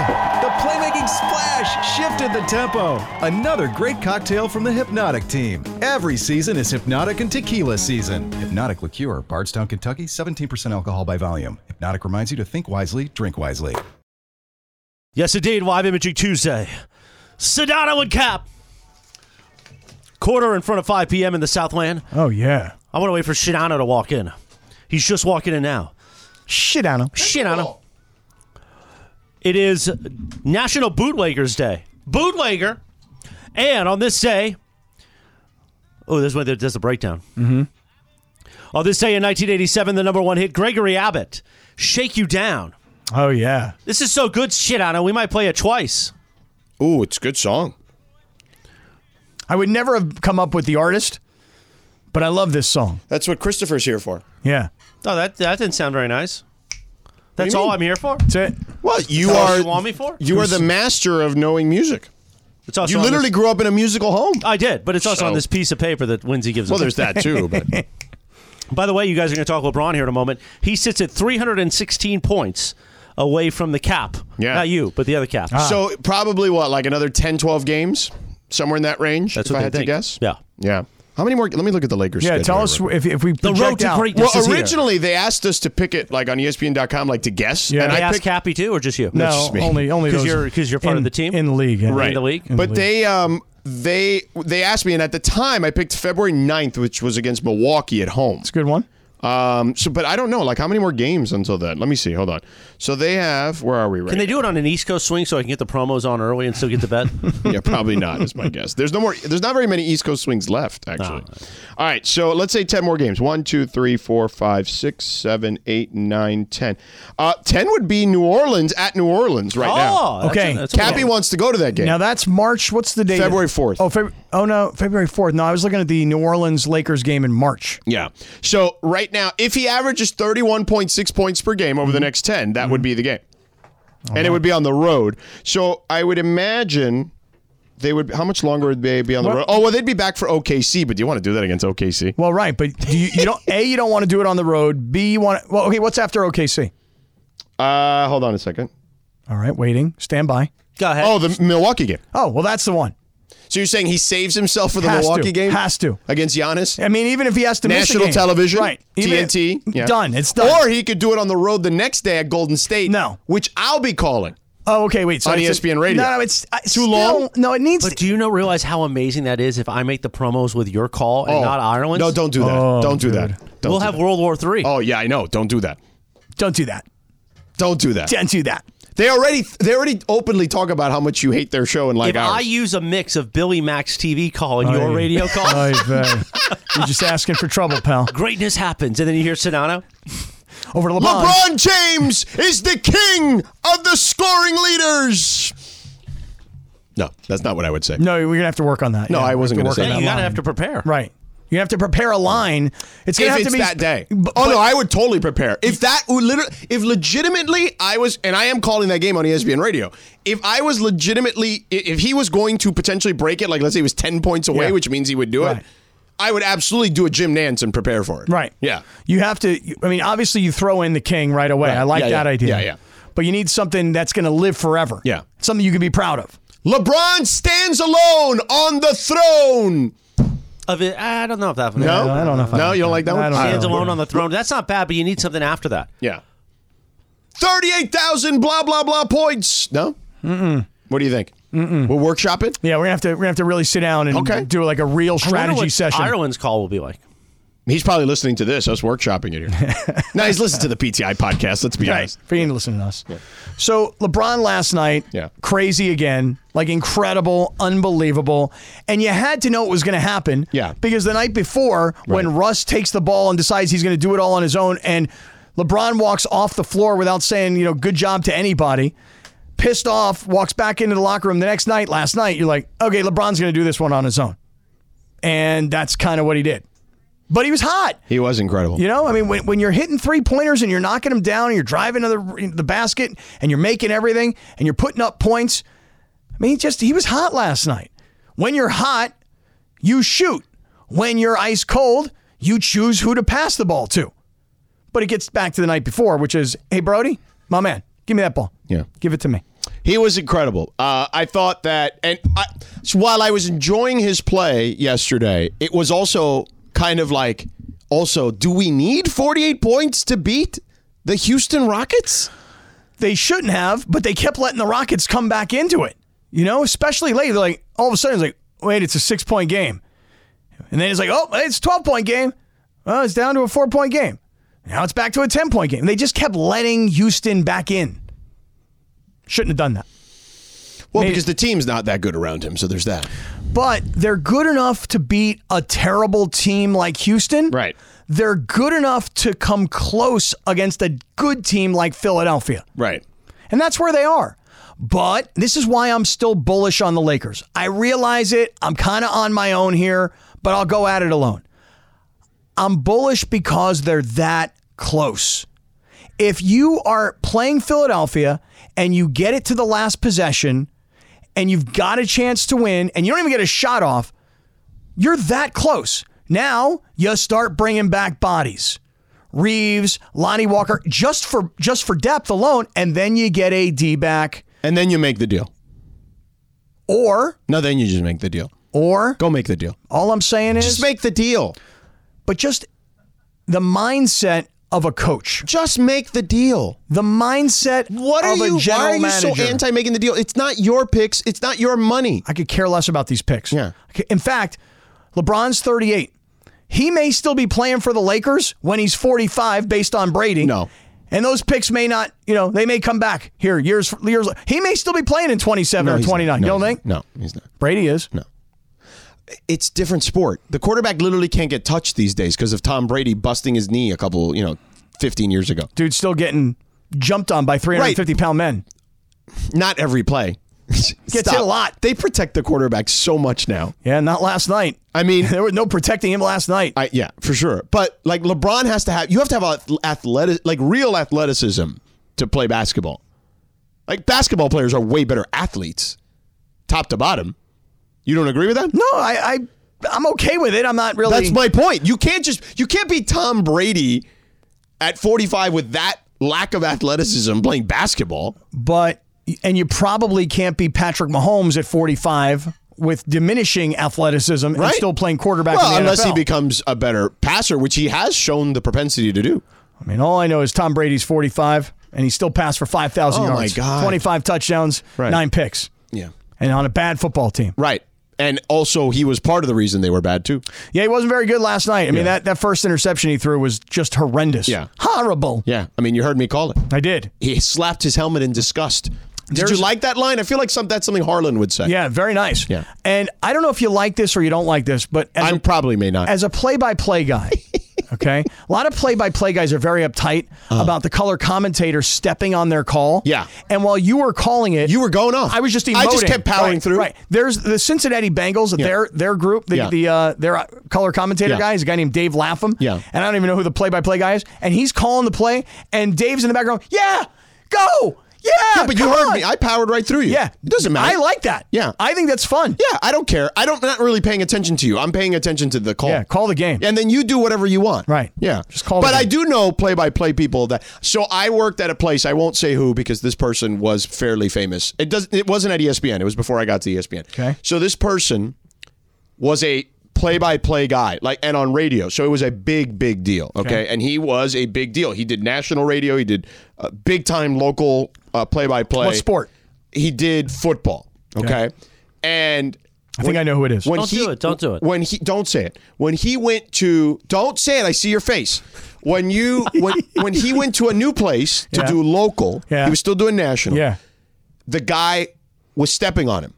Speaker 8: The playmaking splash shifted the tempo. Another great cocktail from the Hypnotic team. Every season is Hypnotic and Tequila season. Hypnotic Liqueur, Bardstown, Kentucky, 17% alcohol by volume. Hypnotic reminds you to think wisely, drink wisely.
Speaker 7: yes, indeed. Live Imagery Tuesday. Sedano and Cap. Quarter in front of 5 p.m. in the Southland.
Speaker 4: Oh yeah.
Speaker 7: I want to wait for Shidano to walk in. He's just walking in now.
Speaker 4: Shidano.
Speaker 7: Shidano. It is National Bootleggers Day. Bootlegger. And on this day, oh, there's, one- there's the breakdown.
Speaker 4: Mm-hmm.
Speaker 7: On this day in 1987, the number one hit, Gregory Abbott, Shake You Down.
Speaker 4: Oh yeah.
Speaker 7: This is so good, shit, Anna. We might play it twice.
Speaker 3: Ooh, it's a good song.
Speaker 4: I would never have come up with the artist, but I love this song.
Speaker 3: That's what Christopher's here for.
Speaker 4: Yeah.
Speaker 7: Oh, that that didn't sound very nice. That's all I'm here for.
Speaker 4: That's it.
Speaker 3: Well, you
Speaker 7: That's all
Speaker 3: are
Speaker 7: you want me for?
Speaker 3: You are the master of knowing music.
Speaker 7: It's also
Speaker 3: you
Speaker 7: on
Speaker 3: literally
Speaker 7: this-
Speaker 3: grew up in a musical home.
Speaker 7: I did, but it's also
Speaker 3: So-
Speaker 7: on this piece of paper that Lindsay gives
Speaker 3: Well,
Speaker 7: us.
Speaker 3: there's that too, but-
Speaker 7: By the way, you guys are going to talk LeBron here in a moment. He sits at 316 points away from the cap. Yeah. Not you, but the other
Speaker 4: Ah,
Speaker 7: cap.
Speaker 3: So probably what, like another 10, 12 12 games, somewhere in that range.
Speaker 7: That's
Speaker 3: if
Speaker 7: what
Speaker 3: I
Speaker 7: they
Speaker 3: had to
Speaker 7: think.
Speaker 3: guess.
Speaker 7: Yeah.
Speaker 3: Yeah. How many more? Let me look at the Lakers.
Speaker 4: Yeah,
Speaker 3: schedule
Speaker 4: tell
Speaker 3: here
Speaker 4: us
Speaker 3: real
Speaker 4: if, if we project out.
Speaker 3: Well, originally they asked us to pick it like on E ESPN.com, like to guess.
Speaker 4: Yeah.
Speaker 3: and
Speaker 4: They
Speaker 3: I
Speaker 4: asked
Speaker 3: picked
Speaker 7: Cappy too, or just you?
Speaker 4: No,
Speaker 3: That's just me.
Speaker 4: only only those in- in the league, yeah.
Speaker 3: right? but
Speaker 4: league.
Speaker 3: they um they they asked me, and at the time I picked February 9th, which was against Milwaukee at home. It's a
Speaker 4: good one.
Speaker 3: Um, so but I don't know, like how many more games until then? Let me see. Hold on. So they have. Where are we right?
Speaker 7: Can they do it on an East Coast swing so I can get the promos on early and still get the bet?
Speaker 3: yeah, probably not. Is my guess. There's no more. There's not very many East Coast swings left, actually.
Speaker 4: Ah.
Speaker 3: All right, so let's say ten more games. One, two, three, four, five, six, seven, eight, nine, ten. Uh, ten would be New Orleans at New Orleans right
Speaker 4: Oh,
Speaker 3: now.
Speaker 4: that's Okay. a- that's a
Speaker 3: Cappy
Speaker 4: good one.
Speaker 3: wants to go to that game.
Speaker 4: Now that's March. What's the date?
Speaker 3: February 4th.
Speaker 4: Oh, Feb- oh no, February 4th. No, I was looking at the New Orleans Lakers game in March.
Speaker 3: yeah. So right now, if he averages thirty-one point six points per game over
Speaker 4: Mm-hmm.
Speaker 3: the next ten, that would be the game, and it would be on the road. So I would imagine. They would. How much longer would they be on the
Speaker 4: Well-
Speaker 3: road? Oh well, they'd be back for OKC. But do you want to do that against OKC?
Speaker 4: Well, right, but do you, you don't A, you don't want to do it on the road. B, you want Well, okay, what's after OKC?
Speaker 3: Uh, hold on a second.
Speaker 4: All right, waiting. Stand by.
Speaker 7: Go ahead.
Speaker 3: Oh, the Milwaukee game.
Speaker 4: Oh, well that's the one.
Speaker 3: So you're saying he saves himself for the
Speaker 4: Has to.
Speaker 3: Milwaukee game?
Speaker 4: Has to.
Speaker 3: Against Giannis?
Speaker 4: I mean, even if he has to miss a
Speaker 3: National
Speaker 4: game.
Speaker 3: television?
Speaker 4: Right. Even if-
Speaker 3: TNT?
Speaker 4: Done. It's done.
Speaker 3: Or he could do it on the road the next day at Golden State. No. Which I'll be calling.
Speaker 4: Oh, okay, wait. So
Speaker 3: on E
Speaker 4: it's a-
Speaker 3: ESPN radio.
Speaker 4: No, no, it's I-
Speaker 3: Too
Speaker 4: still-
Speaker 3: long?
Speaker 4: No, it needs
Speaker 7: But do you know realize how amazing that is if I make the promos with your call and
Speaker 3: Oh.
Speaker 7: not Ireland's?
Speaker 4: Oh,
Speaker 3: No, don't do that. don't do that. Don't
Speaker 7: we'll
Speaker 3: do
Speaker 7: have
Speaker 3: that.
Speaker 7: World War Three.
Speaker 3: Oh, yeah, I know. Don't do that.
Speaker 4: Don't do that.
Speaker 3: Don't do that.
Speaker 4: Don't do that.
Speaker 3: They already they already openly talk about how much you hate their show and like
Speaker 7: if
Speaker 3: ours.
Speaker 7: I use a mix of Billy Max TV call and your
Speaker 3: Aye.
Speaker 7: radio call,
Speaker 3: Aye, aye.
Speaker 4: you're just asking for trouble, pal.
Speaker 7: Greatness happens, and then you hear Sonano
Speaker 4: over to
Speaker 3: LeBron James is the king of the scoring leaders. No, that's not what I would say.
Speaker 4: No, we're gonna have to work on that.
Speaker 3: No, I wasn't
Speaker 4: we're
Speaker 3: gonna
Speaker 4: working
Speaker 3: say
Speaker 4: on
Speaker 3: that. You gotta
Speaker 4: line.
Speaker 3: have to prepare.
Speaker 4: Right. You have to prepare a line. It's gonna
Speaker 3: if
Speaker 4: have
Speaker 3: it's
Speaker 4: to be
Speaker 3: that day. oh no, I would totally prepare. If that would literally, if legitimately I was, and I am calling that game on E ESPN Radio. If I was legitimately, i- if he was going to potentially break it, like let's say he was ten points away,
Speaker 4: Yeah.
Speaker 3: which means he would do
Speaker 4: Right.
Speaker 3: it, I would absolutely do a Jim Nance and prepare for it.
Speaker 4: Right.
Speaker 3: Yeah.
Speaker 4: You have to. I mean, obviously, you throw in the king right away.
Speaker 3: Right.
Speaker 4: I like
Speaker 3: Yeah,
Speaker 4: that
Speaker 3: yeah.
Speaker 4: idea.
Speaker 3: Yeah, yeah.
Speaker 4: But you need something that's going to live forever.
Speaker 3: Yeah.
Speaker 4: Something you can be proud of.
Speaker 3: LeBron stands alone on the throne.
Speaker 7: of it, I don't know if that one.
Speaker 3: No? No, I don't know if I No, like you don't that. like that one? I don't
Speaker 7: Stands
Speaker 3: know.
Speaker 7: alone on the throne. That's not bad, but you need something after that.
Speaker 3: Yeah. Thirty-eight thousand blah blah blah points. No. Mm-mm. What do you think? Mm-mm. We'll workshop it.
Speaker 4: Yeah, we're gonna have to. We're gonna have to really sit down and do like a real strategy session.
Speaker 7: Ireland's call will be like.
Speaker 3: He's probably listening to this, us workshopping it here. now he's listening to the PTI podcast, let's be honest.
Speaker 4: If you ain't listening to us. So LeBron last night, crazy again, like incredible, unbelievable, and you had to know it was going to happen. Yeah. Because the night before, when Russ takes the ball and decides he's going to do it all on his own, and LeBron walks off the floor without saying, you know, good job to anybody. Pissed off, walks back into the locker room the next night. Last night, you're like, okay, LeBron's going to do this one on his own, and that's kind of what he did. But he was hot.
Speaker 3: He was incredible.
Speaker 4: You know, I mean, when, when you're hitting three pointers and you're knocking them down and you're driving to the, the basket and you're making everything and you're putting up points, I mean, he just he was hot last night. When you're hot, you shoot. When you're ice cold, you choose who to pass the ball to. But it gets back to the night before, which is, hey, Brody, my man, give me that ball.
Speaker 3: Yeah.
Speaker 4: Give it to me.
Speaker 3: He was incredible. Uh, I thought that, and I, so while I was enjoying his play yesterday, it was also kind of like, also, do we need 48 points to beat the Houston Rockets?
Speaker 4: They shouldn't have, but they kept letting the Rockets come back into it. You know, especially late. They're like, all of a sudden, it's like, wait, it's a six point game. And then it's like, oh, it's a 12 point game. Oh, it's down to a four point game. Now it's back to a 10 point game. They just kept letting Houston back in. Shouldn't have done that.
Speaker 3: Well, because the team's not that good around him, so there's that.
Speaker 4: But they're good enough to beat a terrible team like Houston. Right. They're good enough to come close against a good team like Philadelphia.
Speaker 3: Right.
Speaker 4: And that's where they are. But this is why I'm still bullish on the Lakers. I realize it. I'm kind of on my own here, but I'll go at it alone. I'm bullish because they're that close. If you are playing Philadelphia and you get it to the last possession and you've got a chance to win and you don't even get a shot off, you're that close. Now you start bringing back bodies. Reeves, Lonnie Walker, just for just for depth alone, and then you get AD back.
Speaker 3: And then you make the deal.
Speaker 4: Or
Speaker 3: No, then you just make the deal.
Speaker 4: Or
Speaker 3: go make the deal.
Speaker 4: all I'm saying is just
Speaker 3: make the deal.
Speaker 4: But just the mindset of a coach.
Speaker 3: Just make the deal.
Speaker 4: The mindset
Speaker 3: What are
Speaker 4: of
Speaker 3: you?
Speaker 4: a general
Speaker 3: why are you
Speaker 4: manager.
Speaker 3: so anti making the deal? It's not your picks. It's not your money.
Speaker 4: I could care less about these picks. Yeah. In fact, LeBron's 38. He may still be playing for the Lakers when he's 45 based on Brady. No. And those picks may not, you know, they may come back here years years. He may still be playing in 27 or
Speaker 3: he's not.
Speaker 4: 29.
Speaker 3: No,
Speaker 4: you don't
Speaker 3: he's
Speaker 4: think?
Speaker 3: not. No, he's not.
Speaker 4: Brady is.
Speaker 3: No. It's different sport. The quarterback literally can't get touched these days because of Tom Brady busting his knee a couple, you know, 15 years ago.
Speaker 4: Dude's still getting jumped on by 350 pound men.
Speaker 3: Not every play. Gets
Speaker 4: hit a lot.
Speaker 3: They protect the quarterback so much now.
Speaker 4: Yeah, not last night.
Speaker 3: I mean,
Speaker 4: there was no protecting him last night.
Speaker 3: I, yeah, for sure. But like LeBron has to have, you have to have a athletic, like real athleticism to play basketball. Like basketball players are way better athletes, top to bottom. You don't agree with that?
Speaker 4: No, I, I I'm okay with it. I'm not really.
Speaker 3: That's my point. You can't just you can't be Tom Brady at 45 with that lack of athleticism playing basketball.
Speaker 4: but and you probably can't be Patrick Mahomes at 45 with diminishing athleticism and
Speaker 3: Right.
Speaker 4: still playing quarterback.
Speaker 3: well,
Speaker 4: in the
Speaker 3: unless he
Speaker 4: NFL.
Speaker 3: becomes a better passer, which he has shown the propensity to do.
Speaker 4: I mean, all I know is Tom Brady's 45 and he still passed for 5,000
Speaker 3: Oh, my
Speaker 4: yards,
Speaker 3: God.
Speaker 4: 25 touchdowns,
Speaker 3: Right.
Speaker 4: nine picks,
Speaker 3: Yeah.
Speaker 4: and on a bad football team.
Speaker 3: Right. And also, he was part of the reason they were bad too.
Speaker 4: Yeah, he wasn't very good last night. I mean, that, that first interception he threw was just horrendous. Yeah. Horrible.
Speaker 3: Yeah, I mean, you heard me call it.
Speaker 4: I did.
Speaker 3: He slapped his helmet in disgust. Did you like that line? I feel like some, that's something Harlan would say.
Speaker 4: Yeah, very nice.
Speaker 3: Yeah.
Speaker 4: And I don't know if you like this or you don't like this, but as I
Speaker 3: probably may not.
Speaker 4: As a play-by-play guy, okay, a lot of play-by-play guys are very uptight
Speaker 3: Uh-huh.
Speaker 4: about the color commentator stepping on their call. Yeah. And while you were calling it,
Speaker 3: you were going off.
Speaker 4: I was just emoting.
Speaker 3: I just kept powering
Speaker 4: Right,
Speaker 3: through.
Speaker 4: Right. There's the Cincinnati Bengals. Their their group, the,
Speaker 3: Yeah.
Speaker 4: the uh, their uh, color commentator
Speaker 3: Yeah.
Speaker 4: guy is a guy named Dave Lapham.
Speaker 3: Yeah.
Speaker 4: And I don't even know who the play-by-play guy is, and he's calling the play, and Dave's in the background. Yeah, go. Yeah,
Speaker 3: but you
Speaker 4: come
Speaker 3: heard
Speaker 4: on."
Speaker 3: me. I powered right through you.
Speaker 4: Yeah.
Speaker 3: It doesn't matter.
Speaker 4: I like that.
Speaker 3: Yeah.
Speaker 4: I think that's fun.
Speaker 3: Yeah, I don't care. I don't not really paying attention to you. I'm paying attention to the call. Yeah,
Speaker 4: call the game.
Speaker 3: And then you do whatever you want. Right. Yeah. Just
Speaker 4: call
Speaker 3: But
Speaker 4: the
Speaker 3: I do know play by play people that so I worked at a place, I won't say who because this person was fairly famous. It does it wasn't at E ESPN. It was before I got to E ESPN. Okay. So this person was a play-by-play guy like and on radio so it was a big big deal okay,
Speaker 12: Okay.
Speaker 3: and he was a big deal he did national radio he did uh, big time local uh, play-by-play
Speaker 4: What sport?
Speaker 3: he did football okay, and
Speaker 4: I think I know who it is.
Speaker 3: when
Speaker 4: Don't
Speaker 3: he-
Speaker 4: do it, don't do it.
Speaker 3: when he don't say it when he went to don't say it i see your face when you when when he went to a new place to
Speaker 4: Yeah.
Speaker 3: do local
Speaker 4: Yeah.
Speaker 3: he was still doing national
Speaker 4: Yeah.
Speaker 3: the guy was stepping on him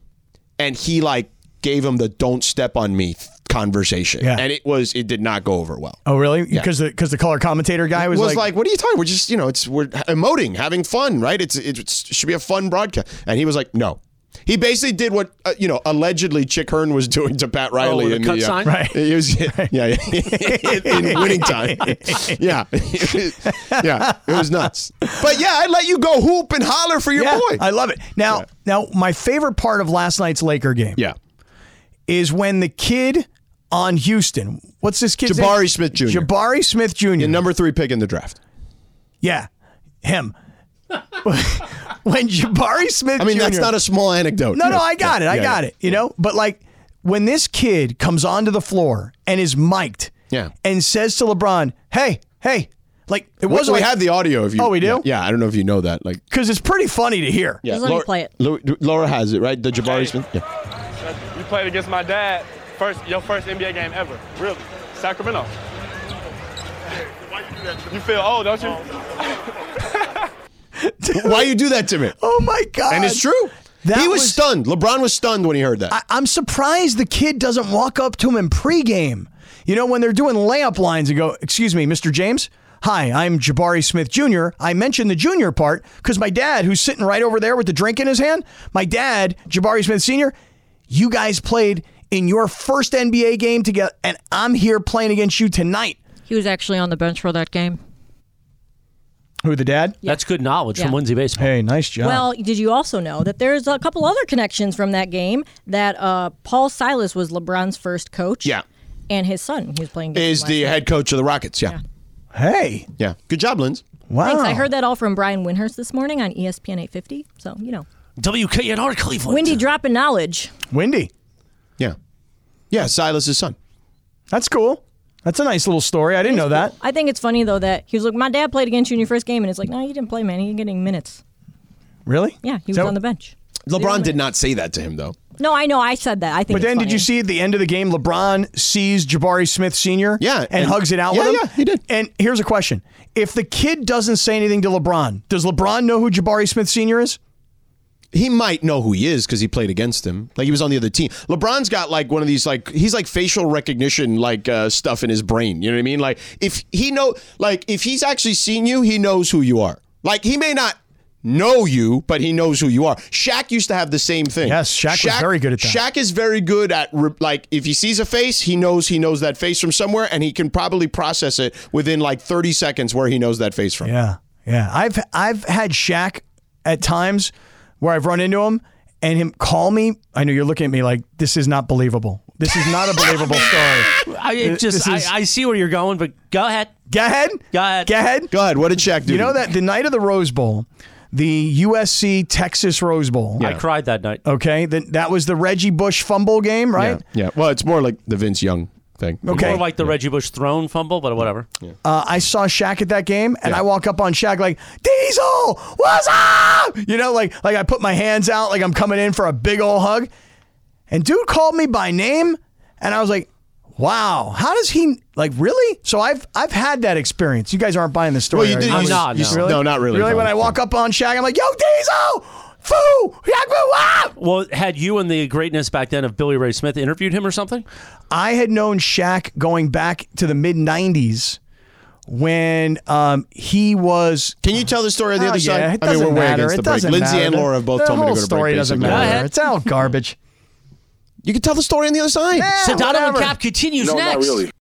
Speaker 3: and he like gave him the don't step on me th- conversation
Speaker 4: Yeah.
Speaker 3: and it was it did not go over well
Speaker 4: Oh, really?
Speaker 3: Yeah.
Speaker 4: Because the because the color commentator guy
Speaker 3: I
Speaker 4: was,
Speaker 3: was, like, what are you talking? We're just, you know, it's we're emoting, having fun, right? It's it should be a fun broadcast. And he was like, no. He basically did what uh, you know allegedly Chick Hearn was doing to Pat Riley
Speaker 1: Oh, with a
Speaker 3: in
Speaker 1: cut
Speaker 3: the uh,
Speaker 1: sign?
Speaker 4: Right.
Speaker 3: It was, yeah, yeah, in winning time. Yeah, yeah, it was nuts. But yeah, I let you go hoop and holler for your
Speaker 4: Yeah,
Speaker 3: boy.
Speaker 4: I love it. Now, now my favorite part of last night's Laker game.
Speaker 3: Yeah.
Speaker 4: Is when the kid on Houston, what's this kid's name?
Speaker 3: Jabari Smith Jr.
Speaker 4: Jabari Smith Jr.
Speaker 3: Your number three pick in the draft.
Speaker 4: Yeah, him. when Jabari Smith,
Speaker 3: I mean, that's
Speaker 4: Jr.
Speaker 3: not a small anecdote.
Speaker 4: No, no,
Speaker 3: Yeah.
Speaker 4: I got it. I
Speaker 3: Yeah,
Speaker 4: got
Speaker 3: yeah.
Speaker 4: it. You know, but like when this kid comes onto the floor and is mic'd
Speaker 3: Yeah.
Speaker 4: and says to LeBron, "Hey, hey," like it
Speaker 3: We-
Speaker 4: wasn't.
Speaker 3: we
Speaker 4: like-
Speaker 3: have the audio of you.
Speaker 4: Oh, we do.
Speaker 3: Yeah, yeah, I don't know if you know that. Like,
Speaker 4: because it's pretty funny to hear.
Speaker 3: Laura, Laura, Laura has it right. The Jabari Smith. Yeah.
Speaker 15: You played against my dad, first your first NBA game ever, really, Sacramento. You feel old, don't you?
Speaker 3: Why you do that to me?
Speaker 4: Oh my god!
Speaker 3: And it's true. he was, stunned. LeBron was stunned when he heard that.
Speaker 4: I, I'm surprised the kid doesn't walk up to him in pregame. You know, when they're doing layup lines and go, Excuse me, Mr. James? Hi, I'm Jabari Smith Jr. I mentioned the junior part because my dad, who's sitting right over there with the drink in his hand, my dad, Jabari Smith Sr., you guys played in your first NBA game together, and I'm here playing against you tonight.
Speaker 16: He was actually on the bench for that game.
Speaker 4: Who, the dad?
Speaker 7: That's good knowledge
Speaker 14: Yeah.
Speaker 7: from Wednesday baseball.
Speaker 4: Hey, nice job.
Speaker 14: Well, did you also know that there's a couple other connections from that game that uh, Paul Silas was LeBron's first coach?
Speaker 3: Yeah.
Speaker 14: And his son, he was playing. games
Speaker 3: Is
Speaker 14: last
Speaker 3: the
Speaker 14: night.
Speaker 3: head coach of the Rockets. Yeah.
Speaker 4: Hey.
Speaker 3: Yeah. Good job, Linz.
Speaker 14: Thanks. I heard that all from Brian Windhorst this morning on E ESPN 850. So you know,
Speaker 7: WKNR Cleveland.
Speaker 14: Wendy dropping knowledge.
Speaker 4: Wendy.
Speaker 3: Yeah. Yeah, Silas's son.
Speaker 4: That's cool. That's a nice little story. I didn't know that.
Speaker 14: I think it's funny though that he was like, "My dad played against you in your first game," and it's like, "No, you didn't play, man. You're getting minutes."
Speaker 4: Really?
Speaker 14: Yeah, he was
Speaker 4: So-
Speaker 14: on the bench.
Speaker 3: LeBron did not say that to him though.
Speaker 14: No, I know. I said that. I think.
Speaker 4: But
Speaker 14: it's
Speaker 4: then, did
Speaker 14: funny.
Speaker 4: you see at the end of the game, LeBron sees Jabari Smith Sr. Yeah, and,
Speaker 3: and-
Speaker 4: hugs it out
Speaker 3: Yeah,
Speaker 4: with him?
Speaker 3: yeah,
Speaker 4: he did. And here's a question: If the kid doesn't say anything to LeBron, does LeBron know who Jabari Smith Sr. is?
Speaker 3: He might know who he is because he played against him. Like he was on the other team. LeBron's got like one of these like he's like facial recognition like uh, stuff in his brain. You know what I mean? Like if he know like if he's actually seen you, he knows who you are. Like he may not know you, but he knows who you are. Shaq used to have the same thing. Yes,
Speaker 4: Shaq was very good at that.
Speaker 3: Shaq is very good at re- like if he sees a face, he knows he knows that face from somewhere, and he can probably process it within like thirty seconds where he knows that face from.
Speaker 4: Yeah, yeah. I've I've had Shaq at times where I've run into him and him call me. I know you're looking at me like this is not believable. This is not a believable story.
Speaker 7: I it
Speaker 4: This
Speaker 7: just
Speaker 4: is-
Speaker 7: I, I see where you're going, but go ahead.
Speaker 4: Go ahead.
Speaker 7: Go ahead.
Speaker 4: Go ahead.
Speaker 3: Go ahead. What did Shaq do?
Speaker 4: You know that the night of the Rose Bowl, the USC Texas Rose Bowl.
Speaker 7: I cried that night.
Speaker 4: Okay, then that was the Reggie Bush fumble game, right?
Speaker 3: Yeah. Well, it's more like the Vince Young thing.
Speaker 7: More like the Reggie Bush thrown fumble, but whatever.
Speaker 4: Uh, I saw Shaq at that game, and I walk up on Shaq like Diesel, what's up? You know, like like I put my hands out like I'm coming in for a big old hug, And dude called me by name, and I was like, "Wow, how does he like really?" So I've I've had that experience. You guys aren't buying this story.
Speaker 3: Well, you
Speaker 4: right?
Speaker 3: did- I'm you- not, you- no.
Speaker 4: Really?
Speaker 3: no, not really,
Speaker 4: Really,
Speaker 3: no.
Speaker 4: when I walk up on Shaq, I'm like, "Yo, Diesel, foo, Yakma, wow!"
Speaker 7: Well, had you and the greatness back then of Billy Ray Smith interviewed him or something?
Speaker 4: I had known Shaq going back to the mid '90s when um, he was.
Speaker 3: Can you tell the story
Speaker 4: of
Speaker 3: the other
Speaker 4: yeah,
Speaker 3: side?
Speaker 4: It
Speaker 3: I mean,
Speaker 4: doesn't
Speaker 3: we're way
Speaker 4: matter.
Speaker 3: against the
Speaker 4: it
Speaker 3: break.
Speaker 4: doesn't
Speaker 3: Lindsay
Speaker 4: matter.
Speaker 3: and Laura have both
Speaker 4: the
Speaker 3: told me to
Speaker 4: whole
Speaker 3: go to break,
Speaker 4: story doesn't
Speaker 3: basically. Go
Speaker 4: matter.
Speaker 3: ahead.
Speaker 4: It's all garbage.
Speaker 3: You can tell the story on the other side.
Speaker 4: Yeah,
Speaker 3: Sit down
Speaker 4: whatever.
Speaker 3: and cap continues
Speaker 17: no,
Speaker 3: next.
Speaker 17: not really.